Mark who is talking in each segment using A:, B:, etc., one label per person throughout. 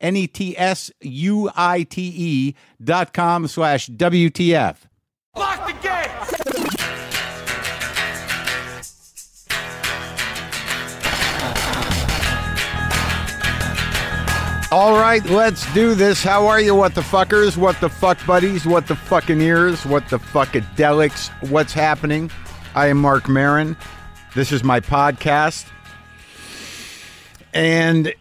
A: N E T S U I T E dot com slash WTF.
B: Lock the gate!
A: All right, let's do this. How are you, what the fuckers? What the fuck buddies? What the fucking ears? What the fuckadelics? What's happening? I am Mark Marin. This is my podcast. And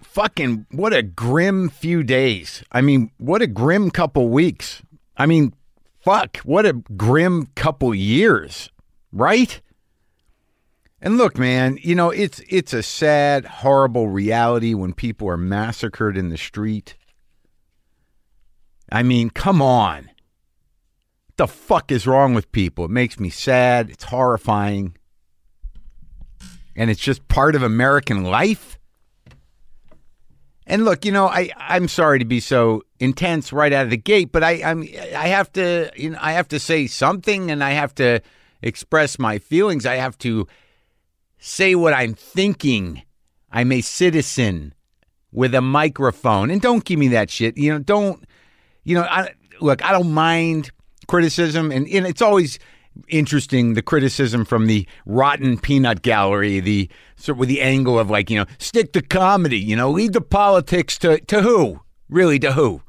A: fucking, what a grim few days. I mean, what a grim couple weeks. I mean, fuck, what a grim couple years, right? And look, man, you know, it's it's a sad, horrible reality when people are massacred in the street. I mean, come on. What the fuck is wrong with people? It makes me sad, it's horrifying. And it's just part of American life. And look, you know, I I'm sorry to be so intense right out of the gate, but I I'm I have to you know I have to say something and I have to express my feelings. I have to say what I'm thinking. I'm a citizen with a microphone. And don't give me that shit. You know, don't, you know, I, look, I don't mind criticism. And, and it's always interesting the criticism from the rotten peanut gallery, the sort with the angle of like, you know, stick to comedy, you know, leave the politics to, to who? Really, to who?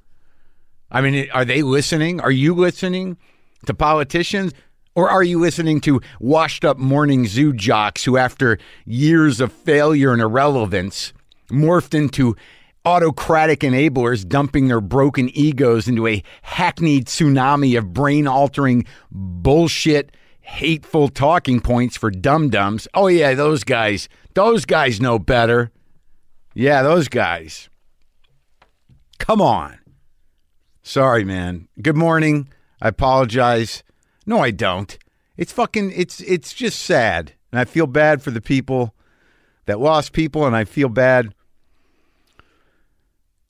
A: I mean, are they listening? Are you listening to politicians? Or are you listening to washed up morning zoo jocks who, after years of failure and irrelevance, morphed into autocratic enablers, dumping their broken egos into a hackneyed tsunami of brain altering bullshit, hateful talking points for dum dums? Oh, yeah, those guys. Those guys know better. Yeah, those guys. Come on. Sorry, man. Good morning. I apologize. No, I don't. It's fucking it's it's just sad. And I feel bad for the people that lost people and I feel bad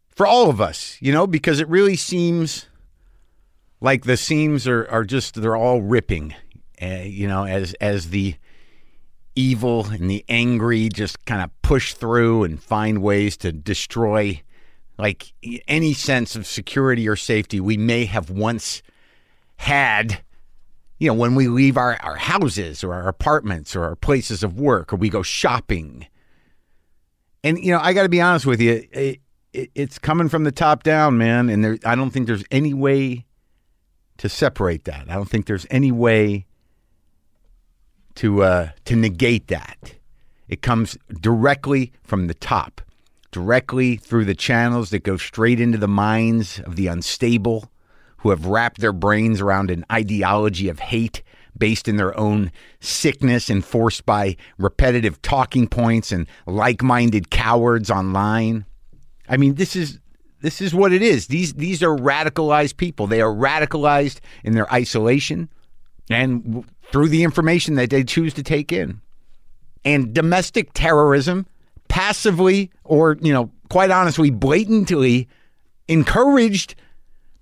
A: for all of us, you know, because it really seems like the seams are, are just they're all ripping. Uh, you know, as as the evil and the angry just kind of push through and find ways to destroy like any sense of security or safety we may have once had you know when we leave our, our houses or our apartments or our places of work or we go shopping and you know i got to be honest with you it, it, it's coming from the top down man and there, i don't think there's any way to separate that i don't think there's any way to uh, to negate that. It comes directly from the top, directly through the channels that go straight into the minds of the unstable, who have wrapped their brains around an ideology of hate based in their own sickness enforced by repetitive talking points and like-minded cowards online. I mean, this is this is what it is. These these are radicalized people. They are radicalized in their isolation and w- through the information that they choose to take in. And domestic terrorism passively or, you know, quite honestly blatantly encouraged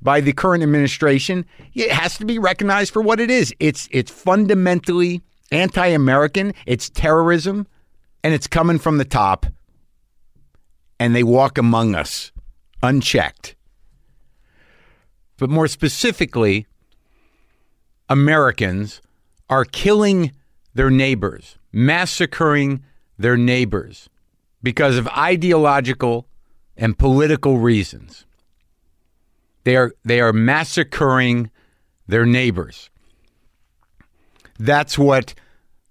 A: by the current administration, it has to be recognized for what it is. It's it's fundamentally anti-American, it's terrorism, and it's coming from the top. And they walk among us unchecked. But more specifically, Americans are killing their neighbors, massacring their neighbors because of ideological and political reasons. They are they are massacring their neighbors. That's what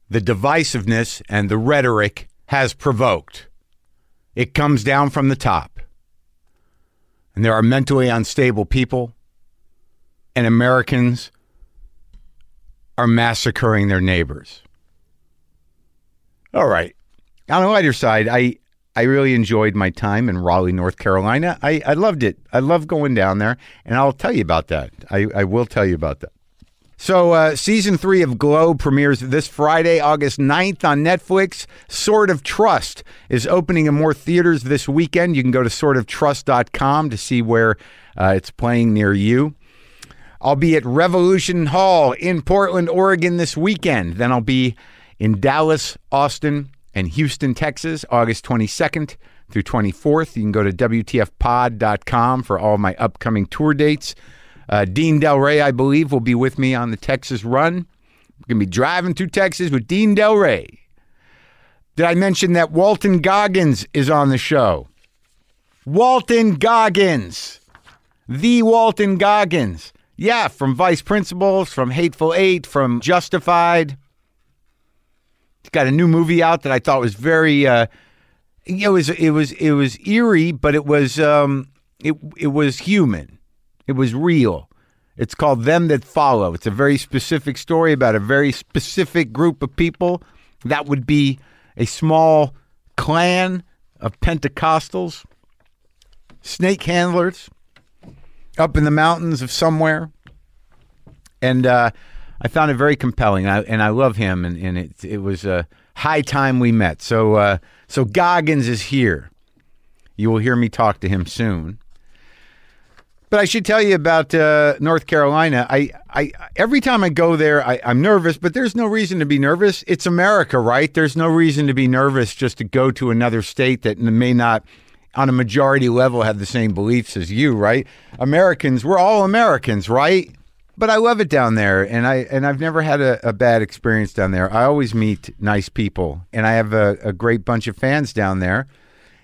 A: the divisiveness and the rhetoric has provoked. It comes down from the top. And there are mentally unstable people and Americans are massacring their neighbors. All right. On the lighter side, I I really enjoyed my time in Raleigh, North Carolina. I, I loved it. I love going down there, and I'll tell you about that. I, I will tell you about that. So, uh, season three of Glow premieres this Friday, August 9th on Netflix. Sword of Trust is opening in more theaters this weekend. You can go to swordoftrust.com to see where uh, it's playing near you. I'll be at Revolution Hall in Portland, Oregon this weekend. Then I'll be in Dallas, Austin, and Houston, Texas, August 22nd through 24th. You can go to WTFpod.com for all my upcoming tour dates. Uh, Dean Del Rey, I believe, will be with me on the Texas run. We're going to be driving through Texas with Dean Del Rey. Did I mention that Walton Goggins is on the show? Walton Goggins the Walton Goggins. Yeah, from Vice Principals, from Hateful Eight, from Justified. He's got a new movie out that I thought was very. Uh, it was it was it was eerie, but it was um, it it was human. It was real. It's called Them That Follow. It's a very specific story about a very specific group of people. That would be a small clan of Pentecostals, snake handlers up in the mountains of somewhere. And uh, I found it very compelling, I, and I love him. And, and it, it was uh, high time we met. So, uh, so Goggins is here. You will hear me talk to him soon. But I should tell you about uh, North Carolina. I, I every time I go there, I, I'm nervous. But there's no reason to be nervous. It's America, right? There's no reason to be nervous just to go to another state that may not, on a majority level, have the same beliefs as you, right? Americans, we're all Americans, right? But I love it down there, and I and I've never had a, a bad experience down there. I always meet nice people, and I have a, a great bunch of fans down there.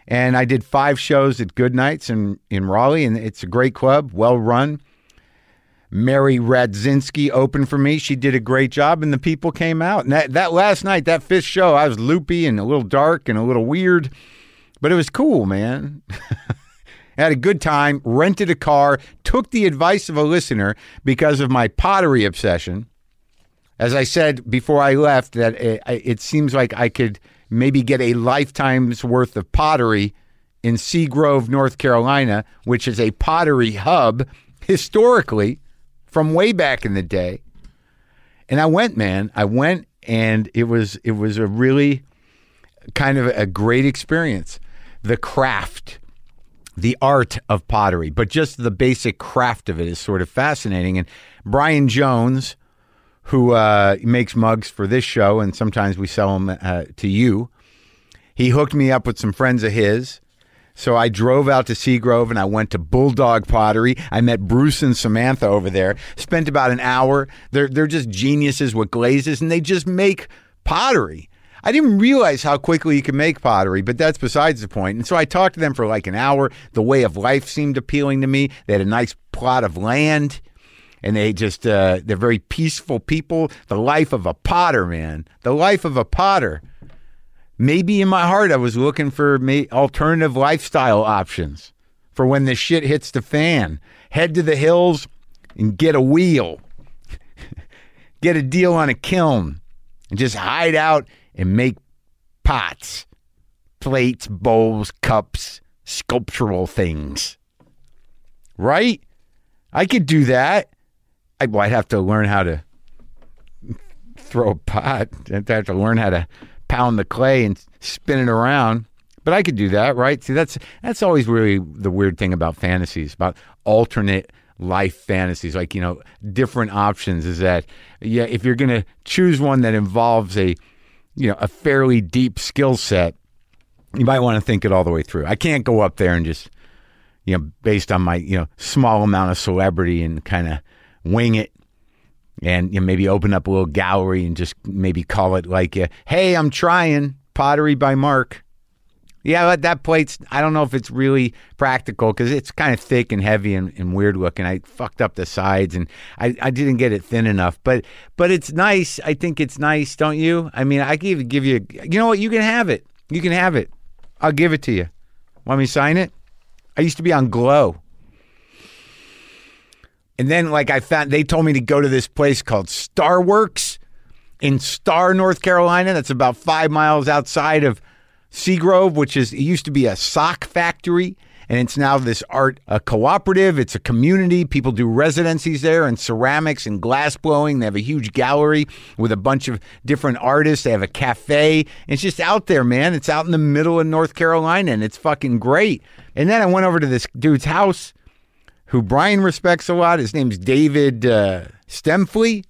A: And I did five shows at Good Nights in, in Raleigh, and it's a great club, well run. Mary Radzinski opened for me. She did a great job, and the people came out. And that, that last night, that fifth show, I was loopy and a little dark and a little weird, but it was cool, man. had a good time, rented a car, took the advice of a listener because of my pottery obsession. As I said before I left, that it, I- it seems like I could maybe get a lifetime's worth of pottery in Seagrove, North Carolina, which is a pottery hub historically from way back in the day. And I went, man. I went, and it was it was a really kind of a great experience. The craft the art of pottery, but just the basic craft of it is sort of fascinating. And Brian Jones, who uh, makes mugs for this show, and sometimes we sell them uh, to you, he hooked me up with some friends of his. So I drove out to Seagrove and I went to Bulldog Pottery. I met Bruce and Samantha over there. Spent about an hour. They're they're just geniuses with glazes and they just make pottery. I didn't realize how quickly you can make pottery, but that's besides the point. And so I talked to them for like an hour. The way of life seemed appealing to me. They had a nice plot of land and they just uh, they're very peaceful people. The life of a potter, man. The life of a potter maybe in my heart I was looking for ma- alternative lifestyle options for when the shit hits the fan. Head to the hills and get a wheel, get a deal on a kiln, and just hide out and make pots, plates, bowls, cups, sculptural things. Right? I could do that. I, well, I'd have to learn how to throw a pot. I'd have to learn how to pound the clay and spin it around. But I could do that, right? See, that's that's always really the weird thing about fantasies, about alternate life fantasies, like you know, different options. Is that yeah? If you're gonna choose one that involves a, you know, a fairly deep skill set, you might want to think it all the way through. I can't go up there and just you know, based on my, you know, small amount of celebrity and kind of wing it and you know, maybe open up a little gallery and just maybe call it like, uh, hey, I'm trying pottery by Mark. Yeah, but that plate's, I don't know if it's really practical because it's kind of thick and heavy and, and weird looking. I fucked up the sides and I, I didn't get it thin enough, but but it's nice. I think it's nice, don't you? I mean, I can even give you, you know what? You can have it. You can have it. I'll give it to you. Want me to sign it? I used to be on Glow. And then, like, I found they told me to go to this place called Starworks in Star, North Carolina. That's about five miles outside of Seagrove, which is it used to be a sock factory, and it's now this art a cooperative. It's a community. People do residencies there and ceramics and glass blowing. They have a huge gallery with a bunch of different artists. They have a cafe. It's just out there, man. It's out in the middle of North Carolina, and it's fucking great. And then I went over to this dude's house who Brian respects a lot. His name's David uh, Stemfley.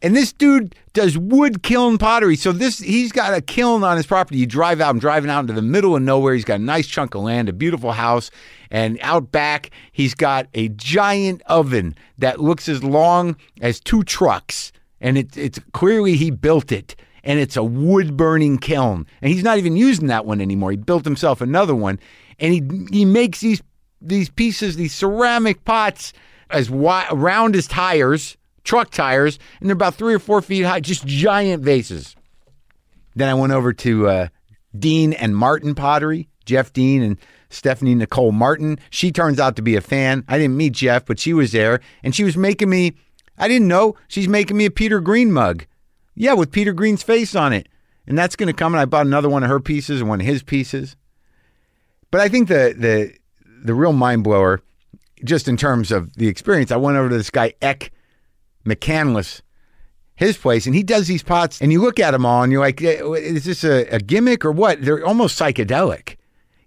A: And this dude does wood kiln pottery. So this he's got a kiln on his property. You drive out, I'm driving out into the middle of nowhere. He's got a nice chunk of land, a beautiful house, and out back he's got a giant oven that looks as long as two trucks. And it, it's clearly he built it. And it's a wood burning kiln. And he's not even using that one anymore. He built himself another one. And he he makes these these pieces, these ceramic pots as wide, round as tires truck tires, and they're about three or four feet high, just giant vases. Then I went over to uh, Dean and Martin Pottery, Jeff Dean and Stephanie Nicole Martin. She turns out to be a fan. I didn't meet Jeff, but she was there, and she was making me, I didn't know, she's making me a Peter Green mug. Yeah, with Peter Green's face on it. And that's going to come, and I bought another one of her pieces and one of his pieces. But I think the the the real mind blower, just in terms of the experience, I went over to this guy Eck McCandless, his place, and he does these pots, and you look at them all, and you're like, "Eh, is this a, a gimmick or what? They're almost psychedelic,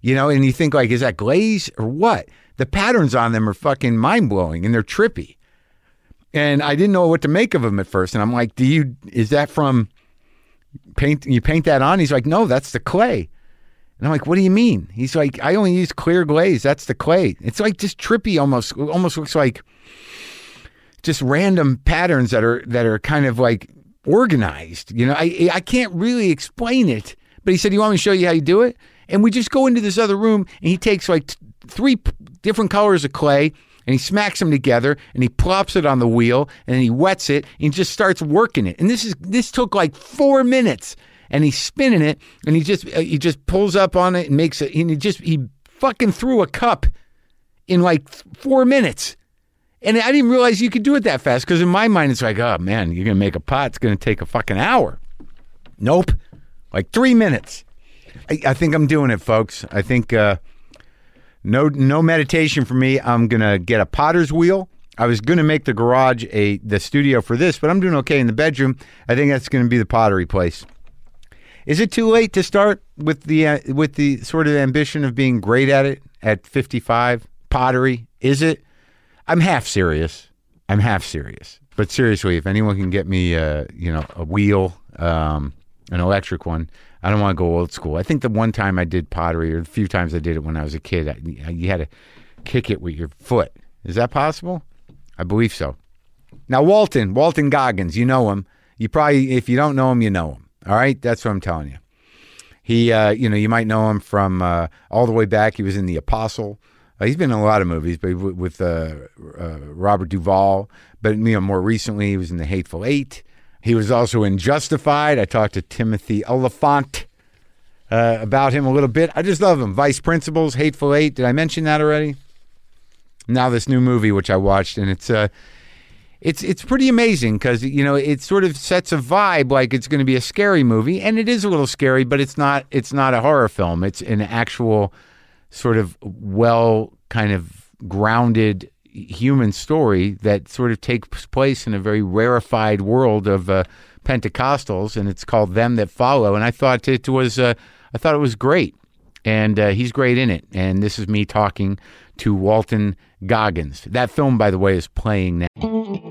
A: you know. And you think like, is that glaze or what? The patterns on them are fucking mind blowing, and they're trippy. And I didn't know what to make of them at first, and I'm like, do you? Is that from paint? You paint that on? He's like, no, that's the clay. And I'm like, what do you mean? He's like, I only use clear glaze. That's the clay. It's like just trippy, almost. Almost looks like just random patterns that are that are kind of like organized. You know, I I can't really explain it. But he said, "You want me to show you how you do it?" And we just go into this other room, and he takes like t- three p- different colors of clay, and he smacks them together, and he plops it on the wheel, and then he wets it, and he just starts working it. And this is this took like four minutes, and he's spinning it, and he just uh, he just pulls up on it and makes it, and he just he fucking threw a cup in like th- four minutes. And I didn't realize you could do it that fast because in my mind it's like, oh man, you're gonna make a pot. It's gonna take a fucking hour. Nope, like three minutes. I, I think I'm doing it, folks. I think uh, no no meditation for me. I'm gonna get a potter's wheel. I was gonna make the garage a the studio for this, but I'm doing okay in the bedroom. I think that's gonna be the pottery place. Is it too late to start with the uh, with the sort of ambition of being great at it at 55? Pottery, is it? I'm half serious. I'm half serious. But seriously, if anyone can get me, uh, you know, a wheel, um, an electric one, I don't want to go old school. I think the one time I did pottery, or the few times I did it when I was a kid, I, you had to kick it with your foot. Is that possible? I believe so. Now, Walton, Walton Goggins, you know him. You probably, if you don't know him, you know him. All right, that's what I'm telling you. He, uh, you know, you might know him from uh, all the way back. He was in The Apostle. Uh, he's been in a lot of movies, but w- with uh, uh, Robert Duvall. But you know, more recently, he was in The Hateful Eight. He was also in Justified. I talked to Timothy Oliphant uh, about him a little bit. I just love him. Vice Principals, Hateful Eight. Did I mention that already? Now this new movie, which I watched, and it's uh, it's it's pretty amazing because you know it sort of sets a vibe like it's going to be a scary movie, and it is a little scary, but it's not it's not a horror film. It's an actual sort of well kind of grounded human story that sort of takes place in a very rarefied world of uh, Pentecostals, and it's called Them That Follow. And I thought it was uh, I thought it was great, and uh, he's great in it. And this is me talking to Walton Goggins. That film, by the way, is playing now.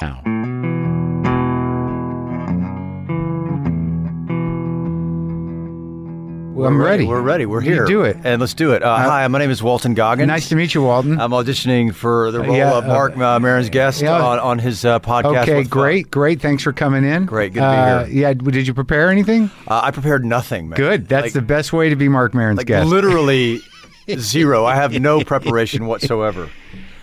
A: Now. Well, I'm ready.
C: We're ready. We're
A: You
C: here.
A: do it.
C: And let's do it. Uh, hi, my name is Walton Goggins.
A: Nice to meet you, Walden.
C: I'm auditioning for the role
A: yeah,
C: of Mark uh, Maron's guest
A: yeah.
C: on, on his uh, podcast.
A: okay,
C: What's Fun.
A: great, great. Thanks for coming in.
C: Great, good to be
A: Uh,
C: here.
A: Yeah, did you prepare anything?
C: Uh, I prepared nothing, man.
A: Good. That's
C: Like-
A: the best way to be Mark Maron's
C: like
A: guest.
C: literally zero. I have no preparation whatsoever.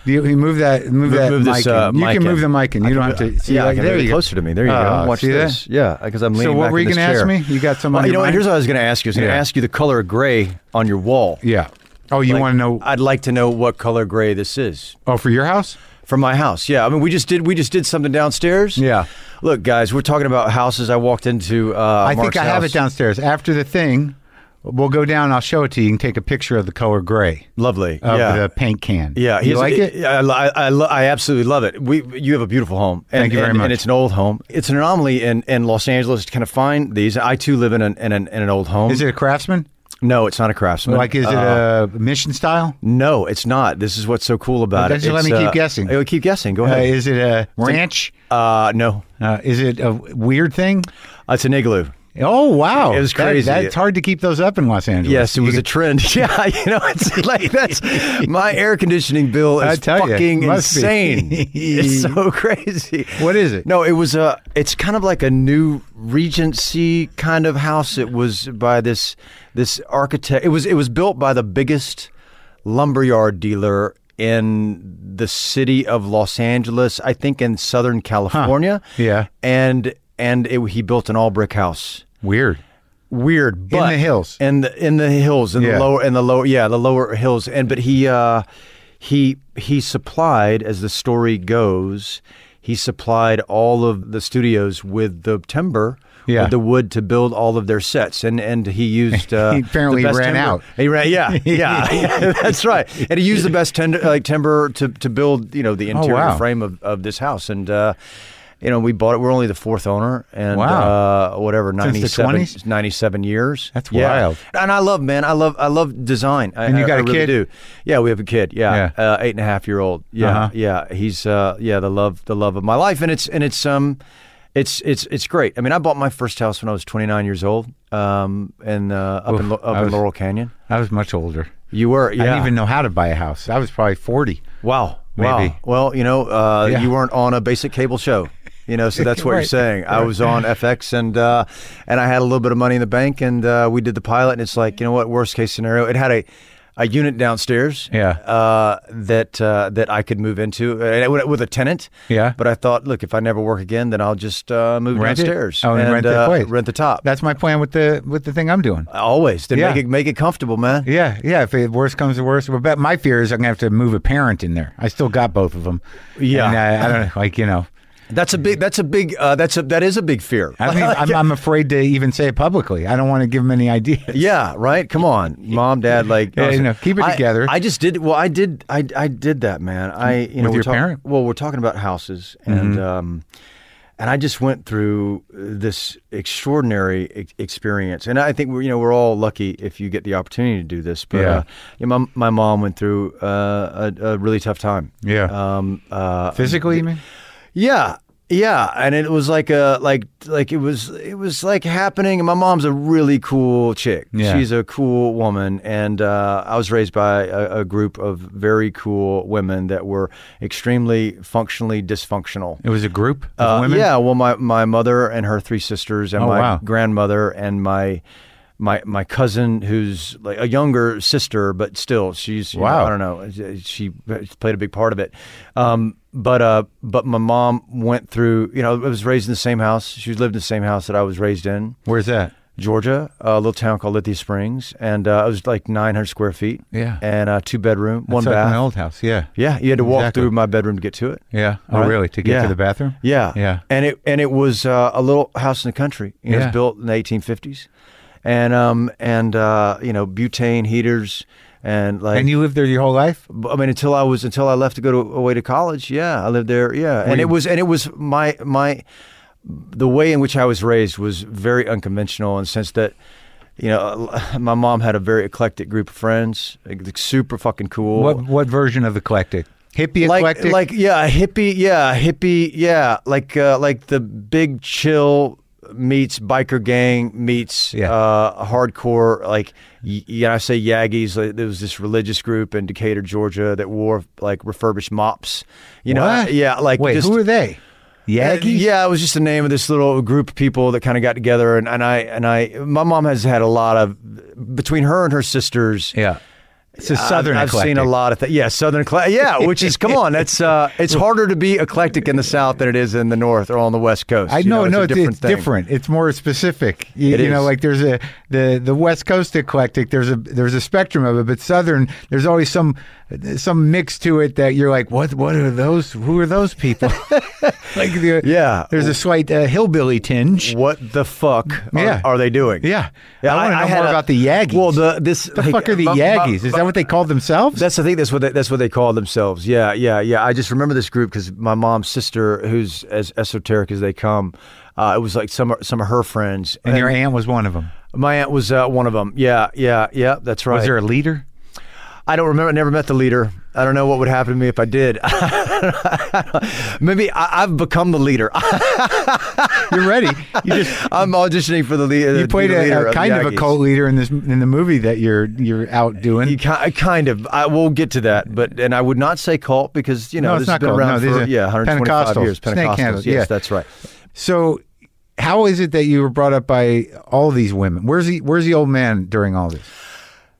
A: You, you move that, move, that
C: move
A: mic.
C: this,
A: in.
C: uh,
A: you
C: mic
A: can
C: in.
A: move the mic, and you don't have to. See,
C: yeah, I
A: like,
C: can
A: there
C: move it
A: you go.
C: closer to me. There you
A: Oh,
C: go. Watch
A: see
C: this.
A: That?
C: Yeah, because I'm leaning
A: So what
C: back
A: were
C: in
A: you
C: this
A: going to ask
C: chair.
A: me? You got
C: Well,
A: somebody?
C: you know what?
A: in
C: Here's
A: mind?
C: what I was going to ask you. I was going to
A: Yeah.
C: ask you the color gray on your wall.
A: Yeah. Oh, you
C: Like,
A: want to know?
C: I'd like to know what color gray this is.
A: oh, for your house?
C: from my house. Yeah, I mean, we just did we just did something downstairs.
A: Yeah.
C: Look, guys, we're talking about houses. I walked into. Uh,
A: I think
C: Mark's
A: I have it
C: house.
A: downstairs. After the thing, we'll go down. I'll show it to you. You can take a picture of the color gray
C: Lovely.
A: of
C: yeah.
A: the paint can.
C: yeah,
A: Oh, you
C: he's-
A: like it?
C: I, I, I, lo- I absolutely love it. We, you have a beautiful home. And,
A: Thank you very
C: and,
A: much.
C: And it's an old home. It's an anomaly in, in Los Angeles to kind of find these. I too live in an in an, in an old home.
A: Is it a craftsman?
C: No, it's not a craftsman.
A: Like, is
C: Uh,
A: it a mission style?
C: no, it's not. This is what's so cool about
A: Okay,
C: it.
A: so let
C: It's,
A: me keep guessing.
C: Uh, keep guessing. Go
A: Uh,
C: ahead.
A: is it a ranch?
C: uh, no,
A: Uh, is it a weird thing?
C: Uh, it's an igloo.
A: Oh wow,
C: It was
A: That-
C: crazy.
A: that's hard to keep those up in Los Angeles.
C: Yes, it
A: You
C: was a
A: can-
C: trend. Yeah, you know, it's like that's my air conditioning bill
A: I
C: is
A: tell ya,
C: fucking
A: must be.
C: insane. it's so crazy.
A: What is it?
C: No, it was a. It's kind of like a new Regency kind of house. It was by this this architect. It was it was built by the biggest lumberyard dealer in the city of Los Angeles. I think in Southern California.
A: Yeah.
C: and and it, he built an all brick house
A: weird.
C: weird but
A: the hills.
C: in the in the hills in
A: Yeah.
C: the lower in the lower yeah the lower hills and but he uh he he supplied as the story goes he supplied all of the studios with the timber
A: Yeah.
C: with the wood to build all of their sets and and he used uh,
A: He apparently
C: the best
A: ran
C: timber.
A: out.
C: he ran yeah yeah, yeah, that's right and he used the best tender, like timber to to build you know the interior
A: Oh, wow.
C: frame of, of this house and uh you know, we bought it. We're only the fourth owner, and
A: Wow.
C: uh, whatever,
A: the
C: 97,
A: 20s?
C: 97 years.
A: That's
C: Yeah.
A: wild.
C: And I love, man. I love, I love design. I,
A: And you
C: I-
A: got
C: I
A: a
C: really
A: kid?
C: Do. Yeah, we have a kid. Yeah,
A: Yeah.
C: Uh, eight and a half year old. Yeah,
A: Uh-huh.
C: yeah. He's, uh, yeah, the love, the love of my life, and it's, and it's, um, it's, it's, it's great. I mean, I bought my first house when I was 29 years old, um, and uh, up in Lo-
A: I
C: up in
A: was-
C: Laurel Canyon.
A: I was much older.
C: You were, yeah.
A: I didn't even know how to buy a house. I was probably forty.
C: Wow.
A: Maybe.
C: Wow. Well, you know, uh,
A: Yeah.
C: you weren't on a basic cable show. You know, so that's what you're
A: Right.
C: saying. I was on FX and uh, and I had a little bit of money in the bank and uh, we did the pilot and it's like, you know what, worst case scenario, it had a a unit downstairs,
A: Yeah.
C: uh, that uh, that I could move into uh, with with a tenant,
A: Yeah.
C: But I thought, look, if I never work again, then I'll just uh, move
A: Rent it?
C: downstairs
A: Oh, and rent the
C: uh,
A: place.
C: rent the top.
A: That's my plan with the with the thing I'm doing.
C: Always, then
A: Yeah.
C: make it make it comfortable, man.
A: Yeah, yeah. If it worst comes to worst, well, but my fear is I'm gonna have to move a parent in there. I still got both of them.
C: Yeah.
A: and uh, I, I don't know, like you know,
C: That's a big. That's a big. Uh, that's a that is a big fear.
A: I don't even, I'm, I'm afraid to even say it publicly. I don't want to give them any ideas.
C: Yeah, right. Come on, mom, dad, like
A: Yeah, you know, keep it
C: I-
A: together.
C: I just did. Well, I did. I I did that, man. I you know
A: With
C: we're
A: your
C: talk-
A: parent? Mm-hmm.
C: Well, we're talking about houses, and um, and I just went through uh, this extraordinary ex- experience, and I think we're, you know we're all lucky if you get the opportunity to do this. But
A: Yeah.
C: uh, you know, my my mom went through uh, a, a really tough time.
A: Yeah.
C: Um. Uh.
A: Physically, you mean?
C: Yeah. Yeah, and it was like a like like it was it was like happening. And my mom's a really cool chick.
D: Yeah.
C: She's a cool woman, and uh, I was raised by a, a group of very cool women that were extremely functionally dysfunctional.
D: It was a group of
C: Uh,
D: women.
C: Yeah, well, my my mother and her three sisters, and
D: Oh,
C: my
D: wow.
C: grandmother, and my. My my cousin, who's like a younger sister, but still, she's you know,
D: Wow.
C: I don't know. She played a big part of it, um, but uh, but my mom went through. You know, I was raised in the same house. She lived in the same house that I was raised in,
D: Where's that?
C: Georgia, a little town called Lithia Springs, and uh, it was like 900 square feet.
D: Yeah.
C: and uh, two bedroom, one
D: It's like
C: bath.
D: my old house. Yeah.
C: Yeah, you had to walk
D: Exactly.
C: through my bedroom to get to it.
D: Yeah. Oh,
C: Right?
D: really? To get
C: Yeah.
D: to the bathroom?
C: Yeah,
D: Yeah.
C: And it and it was uh, a little house in the country. You know, It
D: Yeah.
C: was built in the 1850s, and um and uh, you know butane heaters and like.
D: And you lived there your whole life?
C: I mean, until I was until I left to go to, away to college. Yeah, I lived there. Yeah, and
D: you-
C: it was and it was my my the way in which I was raised was very unconventional in the sense that you know my mom had a very eclectic group of friends, like, super fucking cool
D: What what version of eclectic? Hippie
C: like,
D: eclectic?
C: Like yeah, hippie, yeah, hippie, yeah, like uh, like the big chill meets biker gang meets
D: Yeah.
C: uh, hardcore like y- yeah I say Yaggies like, there was this religious group in Decatur Georgia that wore like refurbished mops you know
D: What?
C: yeah like
D: Wait,
C: just,
D: who are they? Yaggies?
C: yeah, it was just the name of this little group of people that kind of got together, and, and I and I, my mom has had a lot of between her and her sisters.
D: Yeah. It's a southern
C: I've, I've
D: eclectic.
C: seen a lot of things. Yeah, Southern eclectic. Yeah, which is come on. That's uh, it's harder to be eclectic in the South than it is in the North or on the West Coast.
D: I
C: you
D: know, no,
C: it's
D: it's,
C: a
D: different
C: different.
D: it's
C: thing.
D: different. It's more specific. You,
C: It
D: you know,
C: is.
D: like there's a the the West Coast eclectic. There's a there's a spectrum of it, but Southern there's always some some mix to it that you're like, what what are those? Who are those people? like the,
C: Yeah.
D: there's a slight uh, hillbilly tinge.
C: What the fuck are,
D: Yeah.
C: are they doing?
D: Yeah, I want to know
C: had
D: more
C: a-
D: about the Yaggies.
C: Well, the this
D: the fuck are the Yaggies? Is that what they call themselves?
C: That's I think that's what they, that's what they call themselves. Yeah, yeah, yeah. I just remember this group because my mom's sister, who's as esoteric as they come, uh, it was like some some of her friends.
D: and your aunt was one of them.
C: my aunt was uh, one of them. Yeah, yeah, yeah. That's right.
D: Was there a leader?
C: I don't remember. I never met the leader. I don't know what would happen to me if I did. Maybe I, I've become the leader.
D: You're ready. You just
C: I'm auditioning for the leader.
D: you played a, a kind of a cult leader in this in the movie that you're you're out doing.
C: You ki- kind of. I will get to that, but and I would not say cult because you know
D: No,
C: this
D: it's
C: has
D: not
C: been
D: cult. No,
C: around
D: these
C: for
D: are
C: yeah 125
D: Pentecostals.
C: years.
D: Snake
C: Pentecostals.
D: handles,
C: yes,
D: yeah.
C: that's right.
D: So, how is it that you were brought up by all these women? Where's the Where's the old man during all this?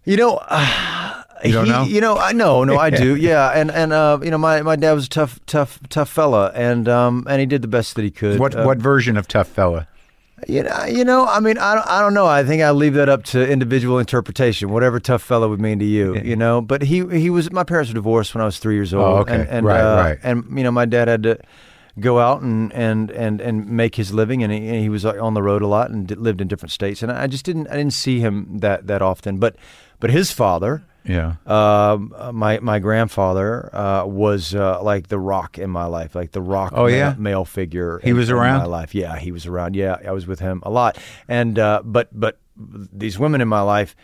C: You know, uh, you
D: don't know?
C: You know, I know, no, I do. Yeah, and and uh, you know, my, my dad was a tough, tough, tough fella, and um, and he did the best that he could.
D: What
C: Uh,
D: What version of tough fella?
C: You know, you know, I mean, I don't, I don't know. I think I leave that up to individual interpretation, whatever tough fellow would mean to you, you know. But he he was my parents were divorced when I was three years old.
D: Oh, okay.
C: and, and,
D: Right,
C: uh,
D: right.
C: And you know, my dad had to go out and and and and make his living, and he, and he was like, on the road a lot and d- lived in different states. And I just didn't I didn't see him that that often. But but his father.
D: Yeah.
C: Um, Uh, my my grandfather uh, was uh, like the rock in my life, like the rock.
D: Oh,
C: ma-
D: yeah?
C: male figure.
D: He
C: in-
D: was
C: in
D: around?
C: my life. Yeah, he was around. Yeah, I was with him a lot. And uh, but but these women in my life,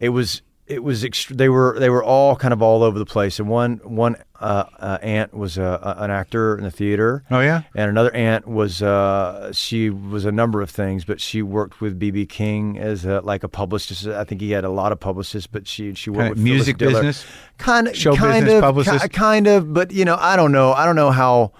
C: it was it was ext- they were they were all kind of all over the place. And one one uh, uh, aunt was a, a, an actor in the theater.
D: Oh, yeah?
C: And another aunt was uh, she was a number of things, but she worked with BB King as a, like a publicist. I think he had a lot of publicists, but she she worked
D: Kinda
C: with Phyllis
D: music
C: Diller.
D: business?
C: kind of
D: Show
C: kind
D: business
C: of,
D: publicist?
C: ki- kind of, but you know, I don't know, I don't know how.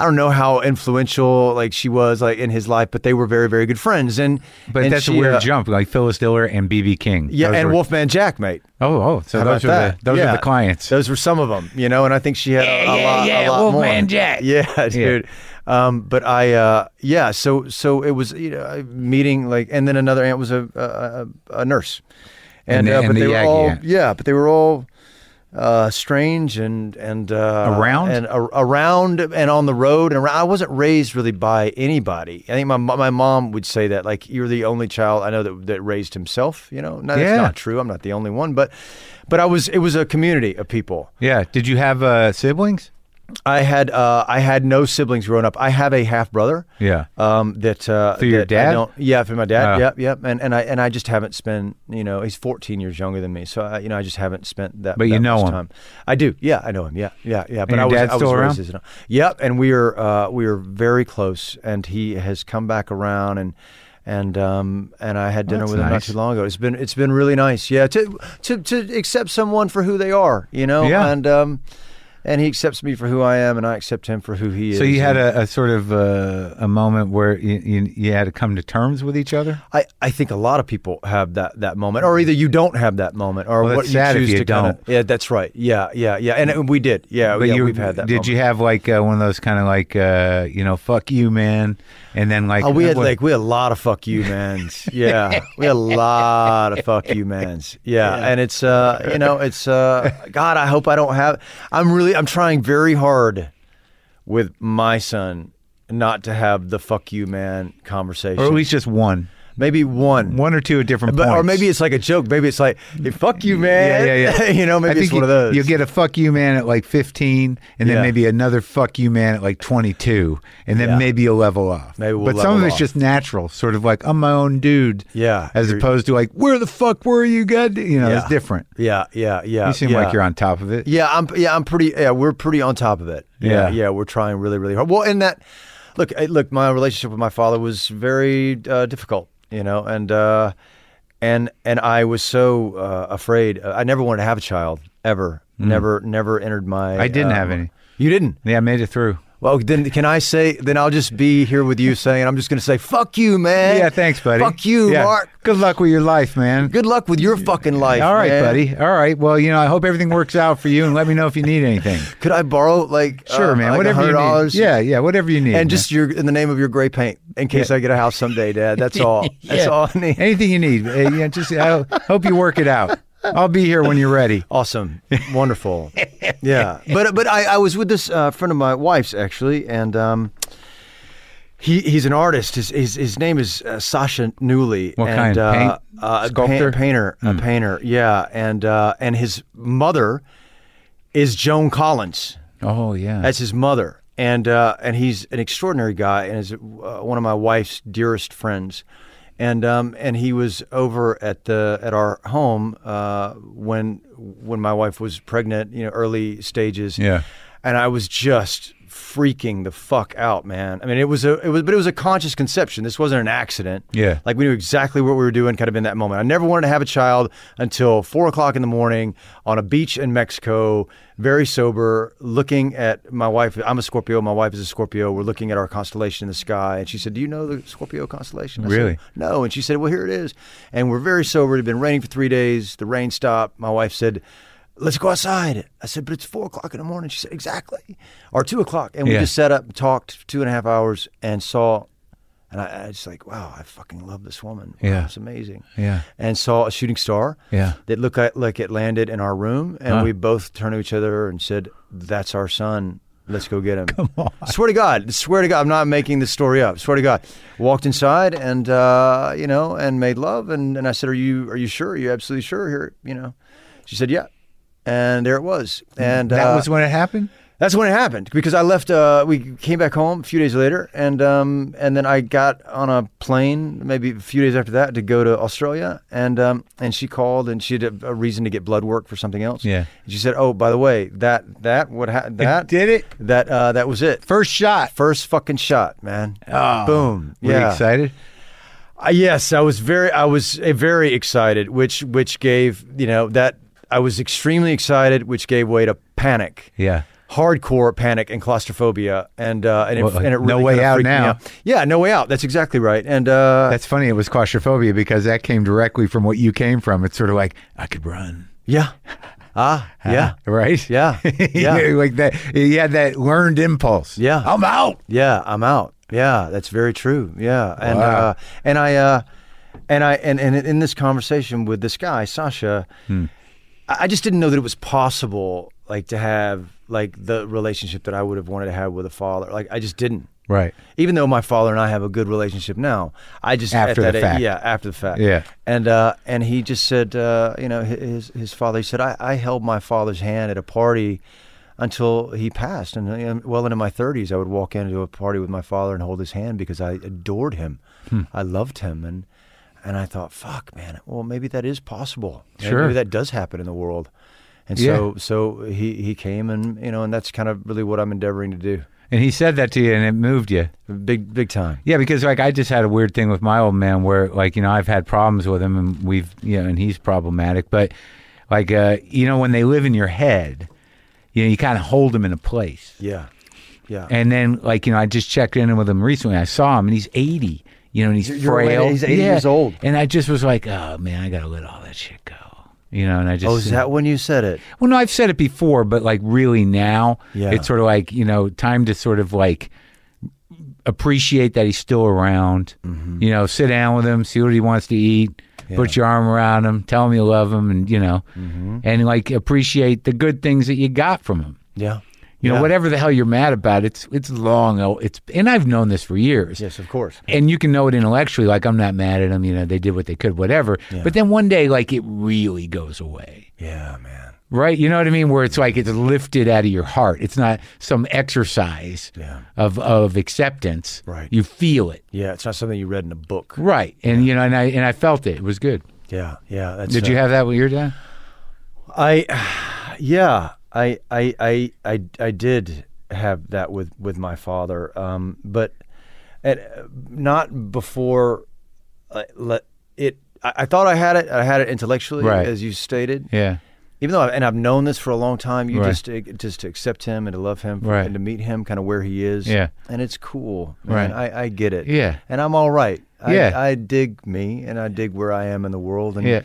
C: I don't know how influential like she was like in his life, but they were very, very good friends. And
D: But
C: and
D: that's a
C: she,
D: weird
C: uh,
D: jump, like Phyllis Diller and BB King.
C: Yeah,
D: Those
C: and
D: were-
C: Wolfman Jack, mate.
D: Oh, oh, so
C: How
D: those are
C: about
D: the
C: that?
D: those
C: Yeah.
D: are the clients.
C: Those were some of them, you know, and I think she had a, a lot, a lot more.
D: Jack.
C: Yeah, dude. Um, but I, uh, yeah, so so it was you know I- meeting like, and then another aunt was a a, a- a nurse,
D: And
C: and,
D: the-
C: uh,
D: and
C: but
D: the
C: they
D: Yagi
C: were all
D: aunt.
C: yeah, but they were all uh, strange and and uh,
D: Around?
C: and a, around and on the road and around. I wasn't raised really by anybody. I think my mo- my mom would say that like you're the only child I know that that raised himself. You know, no, that's
D: Yeah.
C: not true. I'm not the only one, but but I was. It was a community of people.
D: yeah. Did you have uh, siblings?
C: I had uh, I had no siblings growing up. I have a half brother.
D: Yeah.
C: Um, that uh,
D: Through your
C: that I
D: dad?
C: don't- yeah, through my dad.
D: Ah.
C: Yep, yep. And and I and I just haven't spent. You know, he's 14 years younger than me, so I, you know I just haven't spent that.
D: But you
C: that
D: know
C: much
D: him.
C: Time. I do. Yeah, I know him. Yeah, yeah, yeah. But
D: your
C: I was
D: dad's
C: I was
D: still
C: raised
D: around?
C: as an- Yep. And we are uh, we are very close, and he has come back around and. And um and I had dinner
D: that's
C: with him not
D: nice.
C: too long ago. It's been it's been really nice, yeah. To to to accept someone for who they are, you know.
D: Yeah.
C: And um, and he accepts me for who I am, and I accept him for who he is.
D: So you had
C: And
D: a, a sort of uh, a moment where you, you, you had to come to terms with each other.
C: I, I think a lot of people have that, that moment, or either you don't have that moment, or what
D: Well, that's
C: you
D: sad if
C: choose
D: you
C: to kinda-
D: don't.
C: yeah, that's right. Yeah, yeah, yeah. And, and we did. Yeah, yeah
D: you,
C: we've had that.
D: Did
C: moment.
D: you have like uh, one of those kind of like uh, you know fuck you man, and then like
C: Oh, we had
D: what-
C: like we had a lot of fuck you mans. Yeah, we had a lot of fuck you mans. Yeah, and it's uh, you know, it's uh, God, I hope I don't have. I'm really, I'm trying very hard with my son not to have the fuck you man conversation.
D: or at least just one,
C: maybe one,
D: one or two at different
C: But,
D: points,
C: or maybe it's like a joke. Maybe it's like, hey, fuck you, man.
D: Yeah, yeah, yeah.
C: you know,
D: I
C: maybe
D: think
C: it's one
D: you,
C: of those.
D: You'll get a fuck you man at like 15, and then
C: Yeah.
D: maybe another fuck you man at like 22, and then
C: Yeah.
D: maybe you'll level off.
C: Maybe we'll
D: but some
C: level
D: of it's
C: off.
D: just natural, sort of like I'm my own dude.
C: Yeah,
D: As
C: you're-
D: opposed to like where the fuck were you, god? You know, it's
C: Yeah.
D: different.
C: yeah, yeah, yeah.
D: You seem
C: yeah.
D: like you're on top of it.
C: Yeah, I'm. Yeah, I'm pretty. Yeah, we're pretty on top of it.
D: Yeah.
C: yeah, we're trying really, really hard. Well, and that, look, I- look, my relationship with my father was very uh, difficult, you know, and uh, and and I was so uh, afraid. I never wanted to have a child ever. Never, never entered my.
D: Hmm. I didn't
C: uh,
D: have any.
C: You didn't.
D: Yeah, I made it through.
C: Well, then can I say? Then I'll just be here with you saying I'm just going to say fuck you, man.
D: Yeah, thanks, buddy.
C: Fuck you,
D: Yeah.
C: Mark.
D: Good luck with your life, man.
C: Good luck with your fucking life.
D: All right,
C: man.
D: buddy. All right. Well, you know, I hope everything works out for you, and let me know if you need anything.
C: Could I borrow like
D: Sure,
C: uh,
D: man.
C: like
D: whatever you need.
C: $100?
D: Yeah, yeah. Whatever you need. man.
C: and just your in the name of your gray paint in case I get a house someday, Dad. That's all. That's all I need.
D: Anything you need. Uh, yeah, just I hope you work it out. I'll be here when you're ready.
C: Awesome, wonderful, yeah. But but I, I was with this uh, friend of my wife's actually, and um, he he's an artist. His his, his name is uh, Sasha Newley.
D: What
C: and,
D: kind?
C: Uh,
D: Paint?
C: uh, a
D: Sculptor? Hmm.
C: pa- painter, a painter. Yeah, and uh, and his mother is Joan Collins.
D: Oh yeah.
C: That's his mother, and uh, and he's an extraordinary guy, and is uh, one of my wife's dearest friends, and um, and he was over at the at our home uh, when when my wife was pregnant, you know, early stages.
D: Yeah.
C: and I was just freaking the fuck out, man. I mean, it was a it was but it was a conscious conception. This wasn't an accident.
D: Yeah.
C: like we knew exactly what we were doing, kind of in that moment. I never wanted to have a child until four o'clock in the morning on a beach in Mexico, very sober, looking at my wife. I'm a Scorpio. My wife is a Scorpio. We're looking at our constellation in the sky, and she said, "Do you know the Scorpio constellation?" I said,
D: Really?
C: no. And she said, Well, here it is. And we're very sober. It had been raining for three days. The rain stopped. My wife said, Let's go outside. I said, But it's four o'clock in the morning. She said, Exactly. Or two o'clock. And
D: Yeah.
C: we just sat up, talked two and a half hours, and saw. And I, I was like, Wow, I fucking love this woman. Wow,
D: Yeah.
C: It's amazing.
D: Yeah.
C: And saw a shooting star.
D: Yeah.
C: That looked like, like it landed in our room. And
D: Huh.
C: we both turned to each other and said, That's our son. Let's go get him. Come on. Swear to God. Swear to God. I'm not making this story up. Swear to God. Walked inside and uh, you know, and made love and, and I said, Are you are you sure? Are you absolutely sure here? You know? She said, Yeah. And there it was. And
D: Mm. that
C: uh,
D: was when it happened.
C: that's when it happened because I left. Uh, we came back home a few days later, and um, and then I got on a plane maybe a few days after that to go to Australia, and um, and she called and she had a, a reason to get blood work for something else.
D: Yeah.
C: and she said, "Oh, by the way, that that what ha- that
D: did it?
C: that uh, that was it.
D: First shot.
C: First fucking shot, man.
D: Oh.
C: Boom.
D: Were you
C: yeah.
D: excited?
C: Uh, yes, I was very, I was uh, very excited, which which gave you know that I was extremely excited, which gave way to panic.
D: Yeah.
C: hardcore panic and claustrophobia, and uh, and it,
D: Well,
C: and it
D: no
C: really
D: way
C: kinda
D: out
C: freaked me
D: now.
C: Yeah, no way out. That's exactly right. And uh,
D: That's funny. It was claustrophobia because that came directly from what you came from. It's sort of like I could run.
C: yeah, ah,
D: Uh-huh.
C: yeah,
D: Right.
C: Yeah. Yeah.
D: like that. You had that learned impulse.
C: Yeah.
D: I'm out.
C: yeah. I'm out. Yeah, that's very true. Yeah, and
D: Wow.
C: uh, and I uh, and I and and in this conversation with this guy Sasha, I I just didn't know that it was possible, like to have like the relationship that I would have wanted to have with a father. Like I just didn't.
D: Right.
C: even though my father and I have a good relationship now, I just
D: After
C: at that
D: the
C: age-
D: fact.
C: yeah, after the fact,
D: Yeah.
C: and uh, and he just said, uh, you know, hi- his his father. He said, I, I held my father's hand at a party. until he passed. And uh, well into my 30s, I would walk into a party with my father and hold his hand because I adored him.
D: Hmm.
C: I loved him. And, and I thought, fuck, man, well, maybe that is possible. Maybe-
D: Sure.
C: Maybe that does happen in the world. And so, so he, he came and, you know, and that's kind of really what I'm endeavoring to do.
D: And he said that to you, and it moved you.
C: Big, big time.
D: Yeah, because like I just had a weird thing with my old man where like you know I've had problems with him and we've you know and he's problematic, but like uh, you know when they live in your head, you know you kind of hold them in a place.
C: Yeah. Yeah.
D: And then like you know I just checked in with him recently. I saw him and he's eighty. You know and he's
C: Your old man,
D: frail.
C: he's 80
D: Yeah.
C: years old.
D: And I just was like, oh man, I gotta let all that shit go. You know, and I just
C: oh, is that when you said it?
D: well, no, I've said it before, but like really now,
C: Yeah.
D: it's sort of like you know, time to sort of like appreciate that he's still around.
C: Mm-hmm.
D: You know, sit down with him, see what he wants to eat, put your arm around him, tell him you love him, and you know,
C: Mm-hmm.
D: and like appreciate the good things that you got from him.
C: Yeah.
D: You
C: Yeah.
D: know, whatever the hell you're mad about, it's it's long. oh, It's and I've known this for years.
C: Yes, of course.
D: And you can know it intellectually, like I'm not mad at them. You know, they did what they could, whatever. But then one day, like it really goes away.
C: Yeah, man.
D: Right, you know what I mean? Where it's like it's lifted out of your heart. It's not some exercise
C: Yeah.
D: of of acceptance.
C: Right.
D: you feel it.
C: Yeah, it's not something you read in a book.
D: Right, and you know, and I and I felt it. It was good.
C: Yeah, yeah. That's,
D: Did you
C: uh,
D: have that with your dad?
C: I, yeah, I, I, I, I, I did have that with with my father, um, but at, not before. Uh, let it. I, I thought I had it. I had it intellectually,
D: Right.
C: as you stated.
D: Yeah,
C: Even though, I, and I've known this for a long time. You
D: Right.
C: just to, just to accept him and to love him
D: Right.
C: and to meet him, kind of where he is.
D: Yeah.
C: and it's cool. man.
D: Right.
C: I, I get it.
D: Yeah.
C: and I'm all right. I,
D: Yeah.
C: I dig me and I dig where I am in the world. And
D: yeah.